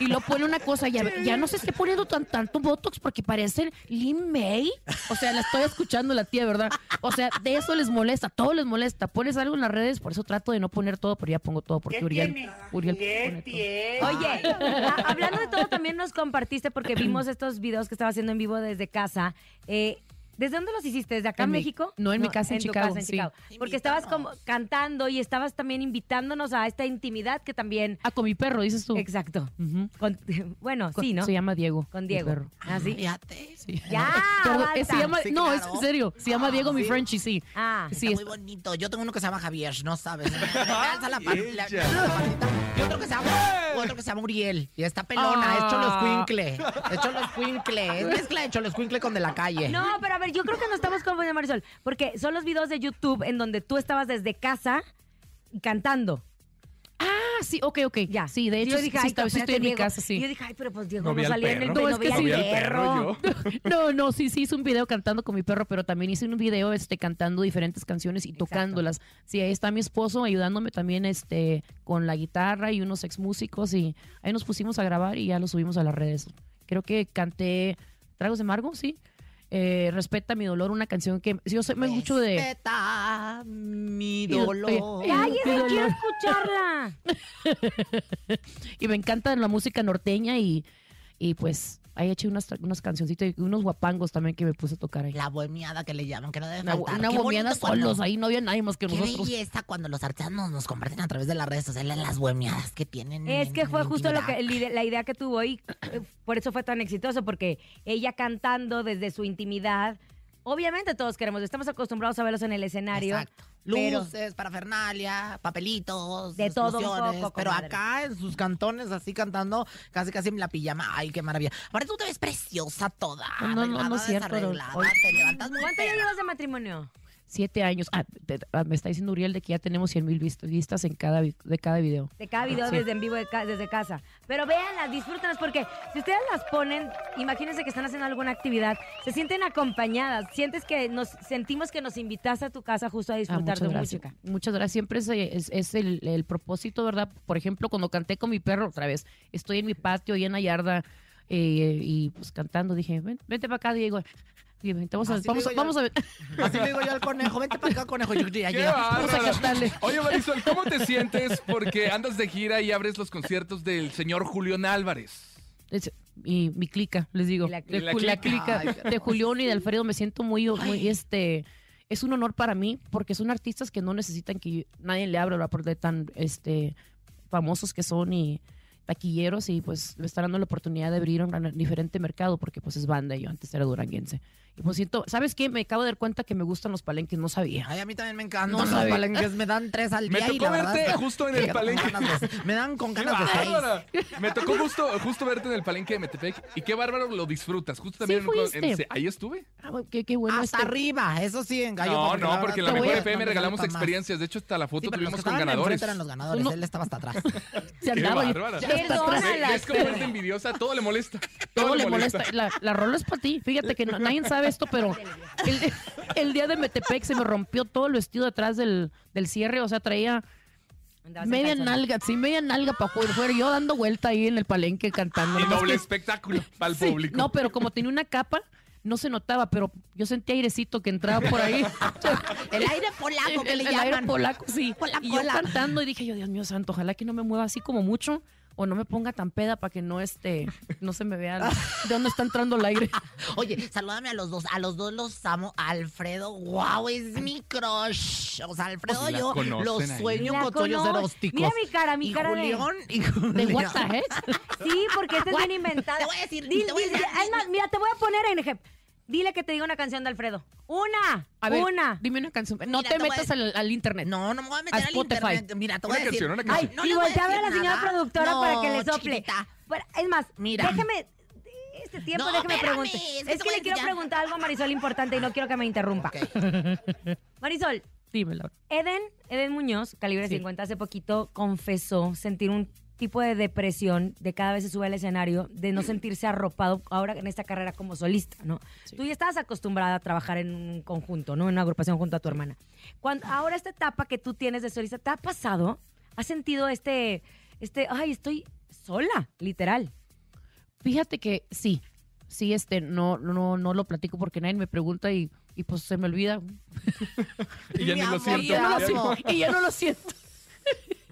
[SPEAKER 10] Y lo pone una cosa, ya, ya no se esté poniendo tan tanto botox porque parecen Lin May. O sea, la estoy escuchando la tía, ¿verdad? O sea, de eso les molesta, todo les molesta. Pones algo en las redes, por eso trato de no poner todo, pero ya pongo todo porque Uriel, Uriel pone todo.
[SPEAKER 3] Oye, a- hablando de todo, también nos compartiste porque vimos estos videos que estaba haciendo en vivo desde casa. Eh, ¿Desde dónde los hiciste? ¿Desde acá en,
[SPEAKER 10] En mi-
[SPEAKER 3] México?
[SPEAKER 10] no, en mi casa en
[SPEAKER 3] tu
[SPEAKER 10] Chicago,
[SPEAKER 3] casa en
[SPEAKER 10] sí.
[SPEAKER 3] Chicago. Porque estabas como cantando y estabas también invitándonos a esta intimidad que también.
[SPEAKER 10] Ah, con mi perro, dices tú.
[SPEAKER 3] Exacto.
[SPEAKER 10] Ujú.
[SPEAKER 3] Con- <laughs> bueno,
[SPEAKER 10] Con-
[SPEAKER 3] sí, ¿no?
[SPEAKER 10] Se llama Diego.
[SPEAKER 3] Con
[SPEAKER 10] mi
[SPEAKER 3] Diego.
[SPEAKER 10] perro.
[SPEAKER 3] ¿Ah, sí?
[SPEAKER 4] Fíjate.
[SPEAKER 3] Ya,
[SPEAKER 10] Perdón,
[SPEAKER 3] basta.
[SPEAKER 10] eh, se llama,
[SPEAKER 4] Sí,
[SPEAKER 10] no,
[SPEAKER 4] claro. Ah,
[SPEAKER 10] es en serio. Se llama Diego mi Frenchie, sí.
[SPEAKER 3] Ah.
[SPEAKER 4] está
[SPEAKER 10] sí, es-
[SPEAKER 4] muy bonito. Yo tengo uno que se llama Javier, no sabes.
[SPEAKER 10] <laughs>
[SPEAKER 4] Me alza la pan- la- la patita. Y otro que se llama, otro que se llama Uriel. Y está pelona, es
[SPEAKER 10] Ah.
[SPEAKER 4] cholo escuincle. Es cholo escuincle. Es mezcla de cholo escuincle con de la calle.
[SPEAKER 3] No, pero a ver, yo creo que no estamos confundiendo, Marisol, porque son los videos de YouTube en donde tú estabas desde casa cantando.
[SPEAKER 10] Ah, sí, ok, ok.
[SPEAKER 3] Ya.
[SPEAKER 10] Sí, de
[SPEAKER 3] Y
[SPEAKER 10] hecho,
[SPEAKER 3] yo dije,
[SPEAKER 10] sí,
[SPEAKER 3] ay,
[SPEAKER 10] estaba- sí
[SPEAKER 3] espérate,
[SPEAKER 10] estoy en mi
[SPEAKER 3] Diego.
[SPEAKER 10] casa,
[SPEAKER 3] Y yo
[SPEAKER 10] sí.
[SPEAKER 3] dije, ay, pero pues Diego
[SPEAKER 5] No
[SPEAKER 3] no,
[SPEAKER 5] vi al
[SPEAKER 3] salía en el
[SPEAKER 5] perro.
[SPEAKER 3] no,
[SPEAKER 10] No, es que
[SPEAKER 3] veía
[SPEAKER 10] sí.
[SPEAKER 5] vi
[SPEAKER 3] el
[SPEAKER 5] al
[SPEAKER 3] perro.
[SPEAKER 5] perro yo.
[SPEAKER 10] No, no, sí, sí hice un video cantando con mi perro, pero también hice un video este, cantando diferentes canciones y tocándolas. Sí, ahí está mi esposo ayudándome también este, con la guitarra y unos ex músicos y ahí nos pusimos a grabar y ya lo subimos a las redes. Creo que canté Tragos de Margo, sí. Eh, Respeta mi dolor, una canción que yo soy me mucho de...
[SPEAKER 4] Respeta mi
[SPEAKER 10] Oye,
[SPEAKER 4] dolor.
[SPEAKER 10] oye,
[SPEAKER 3] ¡Ay,
[SPEAKER 10] Mi
[SPEAKER 3] esa
[SPEAKER 10] dolor.
[SPEAKER 3] quiero escucharla!
[SPEAKER 10] y me encanta la música norteña y, y pues ahí eché unas, unas cancioncitas y unos guapangos también que me puse a tocar ahí.
[SPEAKER 4] La bohemiada que le llaman, que no debe
[SPEAKER 10] Una,
[SPEAKER 4] faltar.
[SPEAKER 10] una
[SPEAKER 4] Qué
[SPEAKER 10] bohemiada
[SPEAKER 4] bonito cuando-
[SPEAKER 10] solos, ahí no había nadie más que
[SPEAKER 4] Qué
[SPEAKER 10] nosotros.
[SPEAKER 4] belleza cuando los artesanos nos comparten a través de las redes sociales las bohemiadas que tienen.
[SPEAKER 3] Es
[SPEAKER 4] en
[SPEAKER 3] que fue
[SPEAKER 4] la
[SPEAKER 3] justo lo que,
[SPEAKER 4] intimidad.
[SPEAKER 3] el ide- la idea que tuvo y eh, por eso fue tan exitoso, porque ella cantando desde su intimidad, obviamente todos queremos, estamos acostumbrados a verlos en el escenario.
[SPEAKER 4] Exacto.
[SPEAKER 3] pero-
[SPEAKER 4] Luces, parafernalia, papelitos,
[SPEAKER 3] De todo un
[SPEAKER 4] explosiones,
[SPEAKER 3] poco,
[SPEAKER 4] Pero
[SPEAKER 3] comadre.
[SPEAKER 4] acá en sus cantones, así cantando, casi casi en la pijama. Ay, qué maravilla. Ahora tú te ves preciosa toda.
[SPEAKER 10] No, no, no,
[SPEAKER 4] arreglada,
[SPEAKER 10] no es cierto, no.
[SPEAKER 4] desarreglada,
[SPEAKER 10] Hoy-
[SPEAKER 4] Te levantas muy
[SPEAKER 3] ¿Cuánto ya
[SPEAKER 4] perra.
[SPEAKER 3] llevas de matrimonio?
[SPEAKER 10] Siete años. Ah, te- ah, me está diciendo Uriel de que ya tenemos 100 mil vistas en cada, vi- de cada video.
[SPEAKER 3] De cada video
[SPEAKER 10] Sí.
[SPEAKER 3] desde en vivo de ca- desde casa. Pero véanlas, disfrútenlas, porque si ustedes las ponen, imagínense que están haciendo alguna actividad, se sienten acompañadas, sientes que nos sentimos que nos invitaste a tu casa justo a
[SPEAKER 10] Ah,
[SPEAKER 3] disfrutar
[SPEAKER 10] muchas
[SPEAKER 3] de
[SPEAKER 10] gracias.
[SPEAKER 3] música.
[SPEAKER 10] Muchas gracias. Siempre es, eh, es- es el, el propósito, ¿verdad? Por ejemplo, cuando canté con mi perro otra vez, estoy en mi patio y en la yarda eh, y pues cantando, dije, "Ven, vente para acá, Diego. Y vente, vamos a,
[SPEAKER 4] Así
[SPEAKER 10] vamos,
[SPEAKER 4] digo
[SPEAKER 10] a-
[SPEAKER 4] yo.
[SPEAKER 10] vamos a ver.
[SPEAKER 4] Así le digo yo al conejo, vente para acá, conejo. Yo, yo ya
[SPEAKER 5] ¡Qué
[SPEAKER 4] llego.
[SPEAKER 10] Vamos a
[SPEAKER 5] bárbara!
[SPEAKER 10] cantarle.
[SPEAKER 5] <laughs> Oye, Marisol, ¿cómo te sientes porque andas de gira y abres los conciertos del señor Julián Álvarez?
[SPEAKER 10] Es- y mi clica, les digo.
[SPEAKER 3] Y la
[SPEAKER 10] De
[SPEAKER 5] clica.
[SPEAKER 10] Ju-
[SPEAKER 5] La
[SPEAKER 10] la
[SPEAKER 5] clica.
[SPEAKER 10] clica
[SPEAKER 4] Ay, qué
[SPEAKER 10] de Julián y de Alfredo me siento muy, muy este. Es un honor para mí porque son artistas que no necesitan que yo- nadie le abra la puerta de tan este famosos que son y taquilleros y pues me están dando la oportunidad de abrir un gran- diferente mercado porque pues es banda y yo antes era duranguense. Y pues siento, ¿sabes qué? Me acabo de dar cuenta que me gustan los palenques, no sabía.
[SPEAKER 4] Ay, a mí también me encantan
[SPEAKER 10] No
[SPEAKER 4] los
[SPEAKER 10] sabe.
[SPEAKER 4] palenques. Me dan tres al
[SPEAKER 5] Me
[SPEAKER 4] día y
[SPEAKER 5] tocó
[SPEAKER 4] la verdad...
[SPEAKER 5] verte
[SPEAKER 4] es que
[SPEAKER 5] justo en el
[SPEAKER 4] me quedo con
[SPEAKER 5] palenque.
[SPEAKER 4] ganas de- Me dan con
[SPEAKER 5] ¡Qué
[SPEAKER 4] ganas de seis.
[SPEAKER 5] bárbara! Me tocó justo, justo verte en el palenque de Metepec y qué bárbaro lo disfrutas. Justo también
[SPEAKER 10] Sí,
[SPEAKER 5] en- en-
[SPEAKER 10] fuiste.
[SPEAKER 5] ahí estuve.
[SPEAKER 10] Ah, qué, qué bueno
[SPEAKER 4] Hasta
[SPEAKER 10] este-
[SPEAKER 4] arriba, eso sí, en gallo.
[SPEAKER 5] No, no, porque en la
[SPEAKER 10] te voy
[SPEAKER 5] mejor
[SPEAKER 10] a-
[SPEAKER 5] FM regalamos
[SPEAKER 4] experiencia.
[SPEAKER 5] experiencias. De hecho, hasta la foto
[SPEAKER 4] Sí, pero los que
[SPEAKER 5] tuvimos con
[SPEAKER 4] estaban
[SPEAKER 5] ganadores.
[SPEAKER 4] enfrente eran los ganadores,
[SPEAKER 10] Uno-
[SPEAKER 4] él estaba hasta atrás.
[SPEAKER 10] se
[SPEAKER 5] ¡Qué
[SPEAKER 10] andaba yo-
[SPEAKER 5] bárbara!
[SPEAKER 10] ya está atrás.
[SPEAKER 3] Perdónala.
[SPEAKER 5] ¿Ves cómo eres de envidiosa? Todo le molesta.
[SPEAKER 10] Todo le molesta. La, la rola es para ti. Fíjate que no- nadie sabe esto, pero el, el día de Metepec se me rompió todo el vestido atrás del, del cierre. O sea, traía
[SPEAKER 3] Andabas en
[SPEAKER 10] Media
[SPEAKER 3] calzones.
[SPEAKER 10] nalga, sí, media nalga para poder fuera yo dando vuelta ahí en el palenque cantando.
[SPEAKER 5] Y
[SPEAKER 10] nomás
[SPEAKER 5] doble
[SPEAKER 10] que-
[SPEAKER 5] espectáculo para el
[SPEAKER 10] Sí,
[SPEAKER 5] público.
[SPEAKER 10] No, pero como tenía una capa, no se notaba, pero yo sentía airecito que entraba por ahí.
[SPEAKER 4] El aire polaco que
[SPEAKER 10] El-
[SPEAKER 4] le
[SPEAKER 10] el
[SPEAKER 4] llaman.
[SPEAKER 10] aire polaco, sí.
[SPEAKER 4] Polacola.
[SPEAKER 10] Y yo cantando y dije yo, Dios mío santo, ojalá que no me mueva así como mucho o no me ponga tan peda para que no este, no se me vea de dónde está entrando el aire.
[SPEAKER 4] Oye, salúdame a los dos. A los dos los amo. Alfredo, wow, es mi crush. O sea, Alfredo,
[SPEAKER 5] Pues la
[SPEAKER 4] yo
[SPEAKER 5] conocen
[SPEAKER 4] los
[SPEAKER 5] ahí.
[SPEAKER 4] sueño
[SPEAKER 3] La
[SPEAKER 4] con sueños
[SPEAKER 3] conoz-
[SPEAKER 4] eróticos.
[SPEAKER 3] Mira mi cara, mi
[SPEAKER 4] Y
[SPEAKER 3] cara de-
[SPEAKER 4] Julián, y
[SPEAKER 10] De
[SPEAKER 4] Julián.
[SPEAKER 10] WhatsApp, ¿eh?
[SPEAKER 3] <laughs> Sí, porque este es bien inventado.
[SPEAKER 4] Te voy a decir,
[SPEAKER 3] Dile,
[SPEAKER 4] te voy a
[SPEAKER 3] dile,
[SPEAKER 4] decir-
[SPEAKER 3] es más, mira, te voy a poner en ejemplo. Dile que te diga una canción de Alfredo. Una,
[SPEAKER 10] A ver,
[SPEAKER 3] una.
[SPEAKER 10] dime una canción. No
[SPEAKER 4] Mira,
[SPEAKER 10] te
[SPEAKER 4] te voy a-
[SPEAKER 10] metas al, al internet.
[SPEAKER 4] No, no me voy a meter
[SPEAKER 10] A
[SPEAKER 4] al
[SPEAKER 10] Spotify.
[SPEAKER 4] internet. Mira, te voy
[SPEAKER 5] Una
[SPEAKER 4] a decir.
[SPEAKER 5] canción, una canción.
[SPEAKER 4] no
[SPEAKER 3] y
[SPEAKER 4] le voy a
[SPEAKER 3] voltea a ver a la
[SPEAKER 4] decir
[SPEAKER 3] señora
[SPEAKER 4] nada.
[SPEAKER 3] productora para que le
[SPEAKER 4] No,
[SPEAKER 3] sople.
[SPEAKER 4] chiquita.
[SPEAKER 3] Pero, es más,
[SPEAKER 4] Mira.
[SPEAKER 3] déjame. Este tiempo,
[SPEAKER 4] No,
[SPEAKER 3] déjame
[SPEAKER 4] espérame,
[SPEAKER 3] preguntar.
[SPEAKER 4] es
[SPEAKER 3] Es que,
[SPEAKER 4] que te voy a
[SPEAKER 3] le
[SPEAKER 4] decir
[SPEAKER 3] quiero
[SPEAKER 4] ya.
[SPEAKER 3] preguntar algo a Marisol importante y no quiero que me interrumpa. <laughs> Marisol,
[SPEAKER 10] Dime, Laura.
[SPEAKER 3] Eden, Eden Muñoz, calibre
[SPEAKER 10] Sí.
[SPEAKER 3] 50, hace poquito confesó sentir un tipo de depresión de cada vez se sube al escenario, de no sentirse arropado ahora en esta carrera como solista, ¿no?
[SPEAKER 10] Sí.
[SPEAKER 3] Tú ya estabas acostumbrada a trabajar en un conjunto, ¿no? En una agrupación junto a tu hermana. Cuando, ahora esta etapa que tú tienes de solista, ¿te ha pasado? ¿Has sentido este, este, ay, estoy sola, literal?
[SPEAKER 10] Fíjate que sí, sí, este, no, no, no lo platico porque nadie me pregunta y, y pues se me olvida.
[SPEAKER 5] Y ya
[SPEAKER 4] Mi
[SPEAKER 5] ni lo
[SPEAKER 4] amor,
[SPEAKER 5] siento.
[SPEAKER 10] Y yo no lo
[SPEAKER 5] Ya-
[SPEAKER 10] siento. Y yo no lo siento.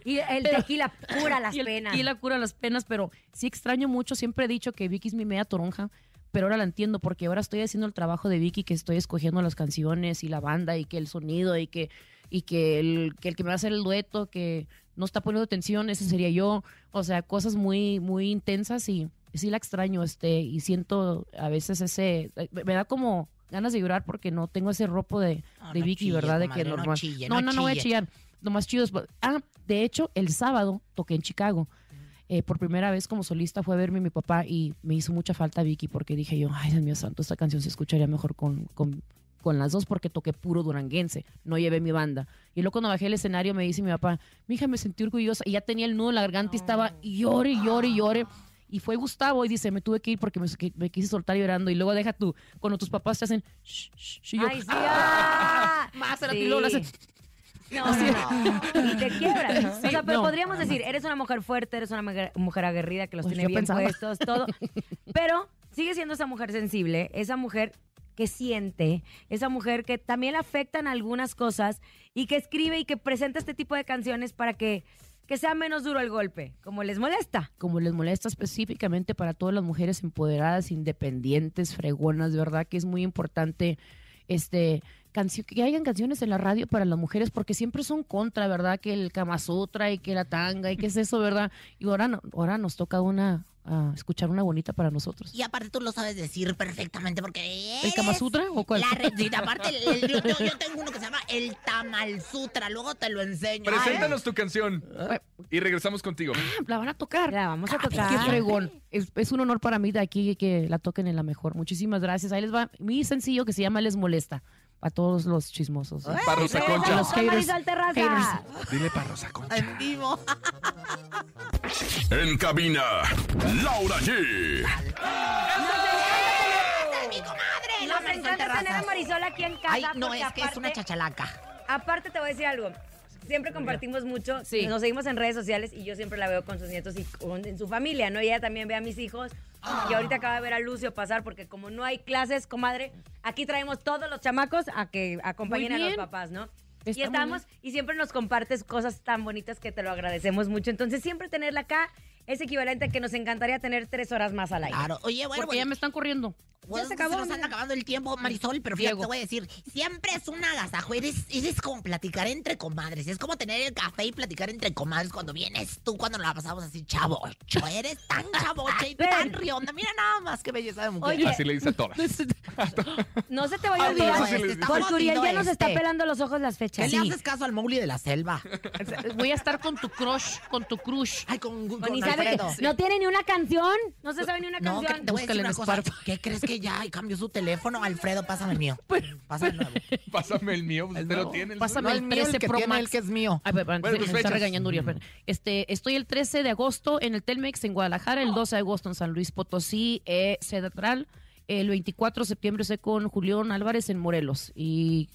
[SPEAKER 3] Y el tequila cura las
[SPEAKER 10] y el
[SPEAKER 3] penas.
[SPEAKER 10] tequila cura las penas, pero sí extraño mucho. Siempre he dicho que Vicky es mi media toronja, pero ahora la entiendo porque ahora estoy haciendo el trabajo de Vicky, que estoy escogiendo las canciones y la banda y que el sonido y que, y que, el, que el que me va a hacer el dueto, que no está poniendo atención, ese sería yo. O sea, cosas muy, muy intensas y sí la extraño, este, y siento a veces ese, me- me da como ganas de llorar porque no tengo ese ropo de,
[SPEAKER 4] No,
[SPEAKER 10] de
[SPEAKER 4] no
[SPEAKER 10] Vicky,
[SPEAKER 4] chille,
[SPEAKER 10] ¿verdad? De
[SPEAKER 4] comadre,
[SPEAKER 10] que
[SPEAKER 4] no
[SPEAKER 10] normal.
[SPEAKER 4] chille,
[SPEAKER 10] no,
[SPEAKER 4] no
[SPEAKER 10] no, no voy a
[SPEAKER 4] chille.
[SPEAKER 10] chillar. Lo más chido es. Ah, de hecho, el sábado toqué en Chicago. Eh, por primera vez como solista fue a verme mi papá y me hizo mucha falta Vicky porque dije yo, ay Dios mío santo, esta canción se escucharía mejor con, con, con las dos porque toqué puro duranguense, no llevé mi banda. Y luego cuando bajé el escenario me dice mi papá, mija, me sentí orgullosa y ya tenía el nudo en la garganta y estaba y llore, y llore, y llore. Y fue Gustavo y dice, me tuve que ir porque me, que- me quise soltar llorando. Y luego deja tú, cuando tus papás te hacen, shh, shh, shh", y yo,
[SPEAKER 3] Ay, sí,
[SPEAKER 10] "Ah".
[SPEAKER 3] ah,
[SPEAKER 10] más a ti
[SPEAKER 3] sí.
[SPEAKER 10] luego le hacen,
[SPEAKER 3] No, no, no. Y te quiebras.
[SPEAKER 10] Sí,
[SPEAKER 3] o sea, pero
[SPEAKER 10] no.
[SPEAKER 3] podríamos decir, eres una mujer fuerte, eres una mujer, mujer aguerrida que los
[SPEAKER 10] Pues
[SPEAKER 3] tiene
[SPEAKER 10] yo
[SPEAKER 3] bien
[SPEAKER 10] pensaba.
[SPEAKER 3] puestos,
[SPEAKER 10] <laughs>
[SPEAKER 3] todo. Pero sigue siendo esa mujer sensible, esa mujer que siente, esa mujer que también le afectan algunas cosas y que escribe y que presenta este tipo de canciones para que, que sea menos duro el golpe, como les molesta.
[SPEAKER 10] como les molesta específicamente para todas las mujeres empoderadas, independientes, fregonas, de verdad que es muy importante este cancio- que hayan canciones en la radio para las mujeres porque siempre son contra, ¿verdad? Que el Kama Sutra y que la tanga y que es eso, ¿verdad? Y ahora, no- ahora nos toca una ah, escuchar una bonita para nosotros.
[SPEAKER 4] Y aparte tú lo sabes decir perfectamente porque
[SPEAKER 10] ¿El Kama
[SPEAKER 4] eres
[SPEAKER 10] Sutra o cuál?
[SPEAKER 4] La recita, aparte, el- el- yo, yo- yo tengo uno que se llama el Tamal Sutra, luego te lo enseño.
[SPEAKER 5] Preséntanos tu canción
[SPEAKER 10] Ah,
[SPEAKER 5] y regresamos contigo.
[SPEAKER 10] La van a tocar.
[SPEAKER 3] La vamos a
[SPEAKER 10] Qué
[SPEAKER 3] tocar.
[SPEAKER 10] fregón. Es, es un honor para mí de aquí que la toquen en la mejor. Muchísimas gracias. Ahí les va mi sencillo que se llama Les Molesta. A todos los chismosos.
[SPEAKER 5] Para Rosa Concha.
[SPEAKER 10] Los haters.
[SPEAKER 3] Marisol Terraza.
[SPEAKER 10] Haters.
[SPEAKER 5] Dile para Rosa
[SPEAKER 4] Ay,
[SPEAKER 5] Concha.
[SPEAKER 4] en vivo.
[SPEAKER 6] En cabina, Laura G.
[SPEAKER 4] ¡Esa es mi comadre! la
[SPEAKER 3] Nos
[SPEAKER 4] Marisol
[SPEAKER 3] encanta tener a
[SPEAKER 4] Terrazas.
[SPEAKER 3] Marisol aquí en casa.
[SPEAKER 4] Ay, no,
[SPEAKER 3] porque
[SPEAKER 4] es que es una
[SPEAKER 3] aparte-
[SPEAKER 4] chachalaca.
[SPEAKER 3] Aparte te voy a decir algo. Siempre compartimos mucho,
[SPEAKER 10] Sí.
[SPEAKER 3] nos seguimos en redes sociales y yo siempre la veo con sus nietos y con, en su familia, ¿no? Y ella también ve a mis hijos y ahorita acaba de ver a Lucio pasar porque como no hay clases, comadre, aquí traemos todos los chamacos a que acompañen a
[SPEAKER 10] Muy
[SPEAKER 3] los
[SPEAKER 10] bien.
[SPEAKER 3] papás, ¿no?
[SPEAKER 10] Está
[SPEAKER 3] y
[SPEAKER 10] muy
[SPEAKER 3] estamos, y siempre nos compartes cosas tan bonitas que te lo agradecemos mucho. Entonces siempre tenerla acá es equivalente a que nos encantaría tener tres horas más al aire.
[SPEAKER 4] Claro. Oye, bueno,
[SPEAKER 10] Porque ya me
[SPEAKER 4] <laughs>
[SPEAKER 10] están corriendo.
[SPEAKER 4] Bueno,
[SPEAKER 3] Ya se
[SPEAKER 4] se
[SPEAKER 3] acabó,
[SPEAKER 4] nos
[SPEAKER 3] mira.
[SPEAKER 4] anda acabando el tiempo, Marisol, pero fíjate,
[SPEAKER 10] Diego.
[SPEAKER 4] te voy a decir, siempre es un agasajo, eres, eres como platicar entre comadres, es como tener el café y platicar entre comadres cuando vienes tú, cuando la pasamos así chavocho, eres
[SPEAKER 3] <laughs>
[SPEAKER 4] tan chavocha y tan rionda, mira nada más qué belleza de mujer.
[SPEAKER 3] Oye,
[SPEAKER 5] Así le dice a
[SPEAKER 10] <laughs>
[SPEAKER 5] todas.
[SPEAKER 3] No se te vaya a
[SPEAKER 5] Ah,
[SPEAKER 4] pues,
[SPEAKER 3] olvidar.
[SPEAKER 5] no, sí, sí, sí.
[SPEAKER 3] Porque Uriel ya nos está
[SPEAKER 4] Este.
[SPEAKER 3] pelando los ojos las
[SPEAKER 4] ¿Qué
[SPEAKER 3] fechas.
[SPEAKER 4] le haces caso al Mowgli de la selva?
[SPEAKER 10] Voy a estar con tu crush, con tu crush.
[SPEAKER 4] Ay, con, con,
[SPEAKER 3] Ni sabe que-
[SPEAKER 4] Alfredo.
[SPEAKER 3] no tiene ni una canción. No se sabe ni una
[SPEAKER 4] No, que
[SPEAKER 3] canción.
[SPEAKER 4] te voy a decir
[SPEAKER 10] Búscale
[SPEAKER 4] una
[SPEAKER 10] en
[SPEAKER 4] cosa.
[SPEAKER 10] Spotify.
[SPEAKER 4] ¿Qué crees que ya cambió su teléfono? Alfredo, pásame
[SPEAKER 3] <laughs>
[SPEAKER 4] el mío.
[SPEAKER 3] Pues,
[SPEAKER 4] Pásame el nuevo.
[SPEAKER 5] Pásame el mío, usted lo tiene. el
[SPEAKER 10] Pásame
[SPEAKER 5] suyo.
[SPEAKER 10] el 13 Pro Max.
[SPEAKER 4] es mío.
[SPEAKER 10] Ay, perdón,
[SPEAKER 5] Bueno,
[SPEAKER 10] se-
[SPEAKER 5] tus
[SPEAKER 10] me está
[SPEAKER 5] fechas.
[SPEAKER 10] regañando Uriel. perdón. Este, estoy el 13 de agosto en el Telmex en Guadalajara, el 12 de agosto en San Luis Potosí, eh, Cedral. El 24 de septiembre estoy con Julián Álvarez en Morelos. Y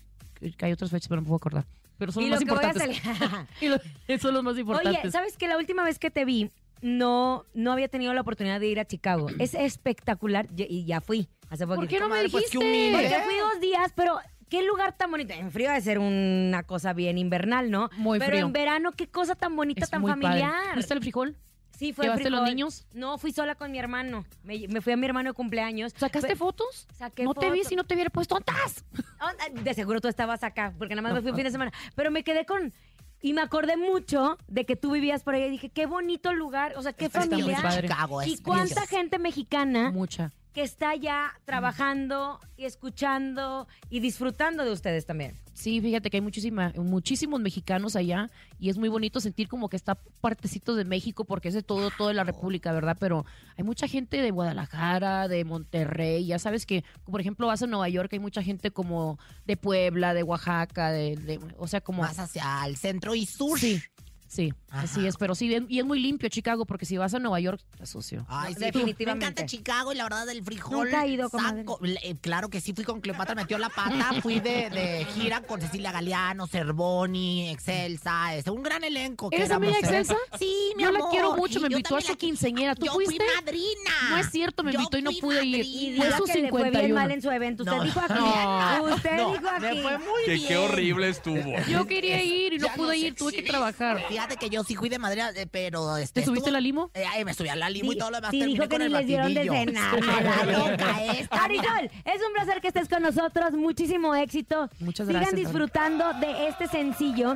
[SPEAKER 10] que hay otras fechas, pero no me puedo acordar. pero son
[SPEAKER 3] Y
[SPEAKER 10] los
[SPEAKER 3] lo
[SPEAKER 10] más
[SPEAKER 3] que voy a
[SPEAKER 10] importantes. y lo- <laughs> son los más importantes.
[SPEAKER 3] Oye, ¿sabes que La última vez que te vi, no, no había tenido la oportunidad de ir a Chicago. Es espectacular y- y ya fui hace poquito.
[SPEAKER 10] ¿Por qué no me
[SPEAKER 4] Comadre, pues, qué
[SPEAKER 10] dijiste?
[SPEAKER 4] humilde.
[SPEAKER 3] Porque fui dos días, pero qué lugar tan bonito. En frío ha de ser una cosa bien invernal, ¿no?
[SPEAKER 10] Muy
[SPEAKER 3] pero
[SPEAKER 10] frío.
[SPEAKER 3] en verano, qué cosa tan bonita,
[SPEAKER 10] Es
[SPEAKER 3] tan
[SPEAKER 10] muy padre.
[SPEAKER 3] familiar.
[SPEAKER 10] ¿Viste el frijol?
[SPEAKER 3] Sí, fue
[SPEAKER 10] ¿Llevaste los
[SPEAKER 3] frijol.
[SPEAKER 10] niños?
[SPEAKER 3] No, fui sola con mi hermano. Me, me fui a mi hermano de cumpleaños.
[SPEAKER 10] ¿Sacaste
[SPEAKER 3] Fue-
[SPEAKER 10] fotos?
[SPEAKER 3] Saqué
[SPEAKER 10] No te vi
[SPEAKER 3] foto.
[SPEAKER 10] si no te hubiera puesto tontas.
[SPEAKER 3] Ah, De seguro tú estabas acá, porque nada más me fui un fin de semana. Pero me quedé con. Y me acordé mucho de que tú vivías por ahí y dije, qué bonito lugar, o sea, qué
[SPEAKER 10] muy
[SPEAKER 3] familiar.
[SPEAKER 10] padre.
[SPEAKER 4] Chicago,
[SPEAKER 3] Y
[SPEAKER 4] es
[SPEAKER 3] cuánta
[SPEAKER 4] precioso.
[SPEAKER 3] gente mexicana
[SPEAKER 10] Mucha.
[SPEAKER 3] que está ya trabajando y escuchando y disfrutando de ustedes también.
[SPEAKER 10] Sí, fíjate que hay muchísima, muchísimos mexicanos allá y es muy bonito sentir como que está partecito de México porque es de todo, toda la República, ¿verdad? Pero hay mucha gente de Guadalajara, de Monterrey, ya sabes que, por ejemplo, vas a Nueva York, hay mucha gente como de Puebla, de Oaxaca, de, de- o sea, como...
[SPEAKER 4] Más hacia el centro y sur.
[SPEAKER 10] Sí, sí,
[SPEAKER 4] Ajá.
[SPEAKER 10] así es, pero sí, bien- y es muy limpio Chicago porque si vas a Nueva York, está sucio.
[SPEAKER 4] Ay, sí.
[SPEAKER 3] Definitivamente.
[SPEAKER 4] Me encanta Chicago y la verdad del frijol.
[SPEAKER 3] Nunca he ido, comadre.
[SPEAKER 4] saco- eh, claro que sí, fui con Cleopatra, metió la pata. Fui de, de gira con Cecilia Galeano, Cervoni, Excelsa. este, un gran elenco. que
[SPEAKER 10] ¿Eres amiga
[SPEAKER 4] éramos,
[SPEAKER 10] de
[SPEAKER 4] ¿eh?
[SPEAKER 10] Excelsa?
[SPEAKER 4] Sí, mi
[SPEAKER 10] Yo la
[SPEAKER 4] amor.
[SPEAKER 10] quiero mucho, me
[SPEAKER 4] Yo
[SPEAKER 10] invitó a
[SPEAKER 4] también
[SPEAKER 10] su
[SPEAKER 4] la-
[SPEAKER 10] quinceañera. ¿Tú
[SPEAKER 4] yo
[SPEAKER 10] fuiste?
[SPEAKER 4] fui madrina.
[SPEAKER 10] No es cierto, me
[SPEAKER 4] Yo
[SPEAKER 10] invitó y no
[SPEAKER 4] fui
[SPEAKER 10] pude ir.
[SPEAKER 3] Y
[SPEAKER 4] madrina.
[SPEAKER 10] Fue
[SPEAKER 3] diga
[SPEAKER 10] su
[SPEAKER 3] que le fue bien
[SPEAKER 10] 51.
[SPEAKER 3] mal en su evento. Usted
[SPEAKER 4] No.
[SPEAKER 3] dijo aquí.
[SPEAKER 10] No.
[SPEAKER 3] Usted
[SPEAKER 4] No,
[SPEAKER 3] dijo aquí.
[SPEAKER 4] me fue muy
[SPEAKER 5] Que
[SPEAKER 4] bien.
[SPEAKER 5] qué horrible estuvo.
[SPEAKER 10] Yo quería ir y no
[SPEAKER 4] Ya
[SPEAKER 10] pude
[SPEAKER 4] nos
[SPEAKER 10] ir, tuve que
[SPEAKER 4] exhibiste.
[SPEAKER 10] trabajar.
[SPEAKER 4] Fíjate que yo sí fui de madrina, eh, pero... Este,
[SPEAKER 10] ¿Te subiste
[SPEAKER 4] estuvo-
[SPEAKER 10] la limo?
[SPEAKER 4] Eh, ay, me subí a la limo y
[SPEAKER 3] Di-
[SPEAKER 4] todo lo demás.
[SPEAKER 3] sí,
[SPEAKER 4] terminé
[SPEAKER 3] dijo que
[SPEAKER 4] con
[SPEAKER 3] ni
[SPEAKER 4] el
[SPEAKER 3] les dieron de
[SPEAKER 4] batidillo. <laughs>
[SPEAKER 3] cenar.
[SPEAKER 4] A la loca esta, mira.
[SPEAKER 3] Marisol, es un placer que estés con nosotros. Muchísimo éxito.
[SPEAKER 10] Muchas
[SPEAKER 3] Sigan
[SPEAKER 10] gracias,
[SPEAKER 3] disfrutando de este sencillo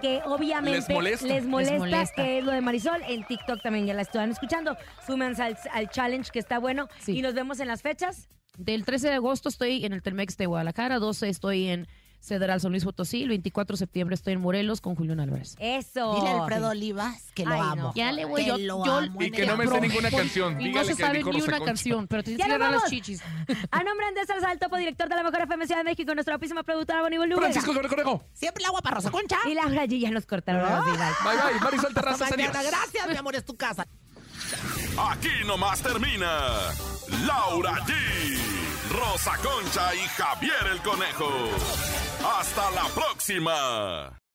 [SPEAKER 3] que obviamente
[SPEAKER 5] Les molesta.
[SPEAKER 3] les molesta,
[SPEAKER 10] Les molesta.
[SPEAKER 3] que es lo de Marisol. En TikTok también ya la están escuchando. Súmense al, al challenge que está bueno.
[SPEAKER 10] Sí.
[SPEAKER 3] Y nos vemos en las fechas.
[SPEAKER 10] Del 13 de agosto estoy en el Telmex de Guadalajara, 12 estoy en Cedral San Luis Potosí, el 24 de septiembre estoy en Morelos con Julián Álvarez.
[SPEAKER 3] Eso.
[SPEAKER 4] Dile a Alfredo Olivas que lo
[SPEAKER 3] Ay, no.
[SPEAKER 4] amo.
[SPEAKER 10] Ya le voy,
[SPEAKER 4] Que
[SPEAKER 10] yo-
[SPEAKER 4] lo
[SPEAKER 10] yo-
[SPEAKER 4] amo
[SPEAKER 5] Y
[SPEAKER 4] en
[SPEAKER 5] que
[SPEAKER 4] el
[SPEAKER 5] no me sé
[SPEAKER 4] amor.
[SPEAKER 5] ninguna canción.
[SPEAKER 10] pues, Y no
[SPEAKER 5] Dígale
[SPEAKER 10] se
[SPEAKER 5] que dijo
[SPEAKER 10] sabe ni
[SPEAKER 5] Rosa
[SPEAKER 10] una
[SPEAKER 5] Concha.
[SPEAKER 10] canción, pero te
[SPEAKER 3] ¡Ya
[SPEAKER 10] tienes que
[SPEAKER 3] nos
[SPEAKER 10] agarrar
[SPEAKER 3] vamos!
[SPEAKER 10] las chichis.
[SPEAKER 3] <laughs> A nombre de Andrés Salazar, topo director de la mejor FM Ciudad de México, nuestra próxima productora Bonnie Lúgueda.
[SPEAKER 5] Francisco Correjo.
[SPEAKER 4] Siempre el agua para Rosa Concha.
[SPEAKER 3] Y Laura G ya nos cortaron los días.
[SPEAKER 5] Bye bye. Marisol
[SPEAKER 4] Hasta
[SPEAKER 5] Terrazas.
[SPEAKER 4] mañana.
[SPEAKER 5] adiós.
[SPEAKER 4] Gracias, mi amor, es tu casa.
[SPEAKER 6] Aquí nomás termina Laura G, Rosa Concha y Javier el Conejo. Hasta la próxima.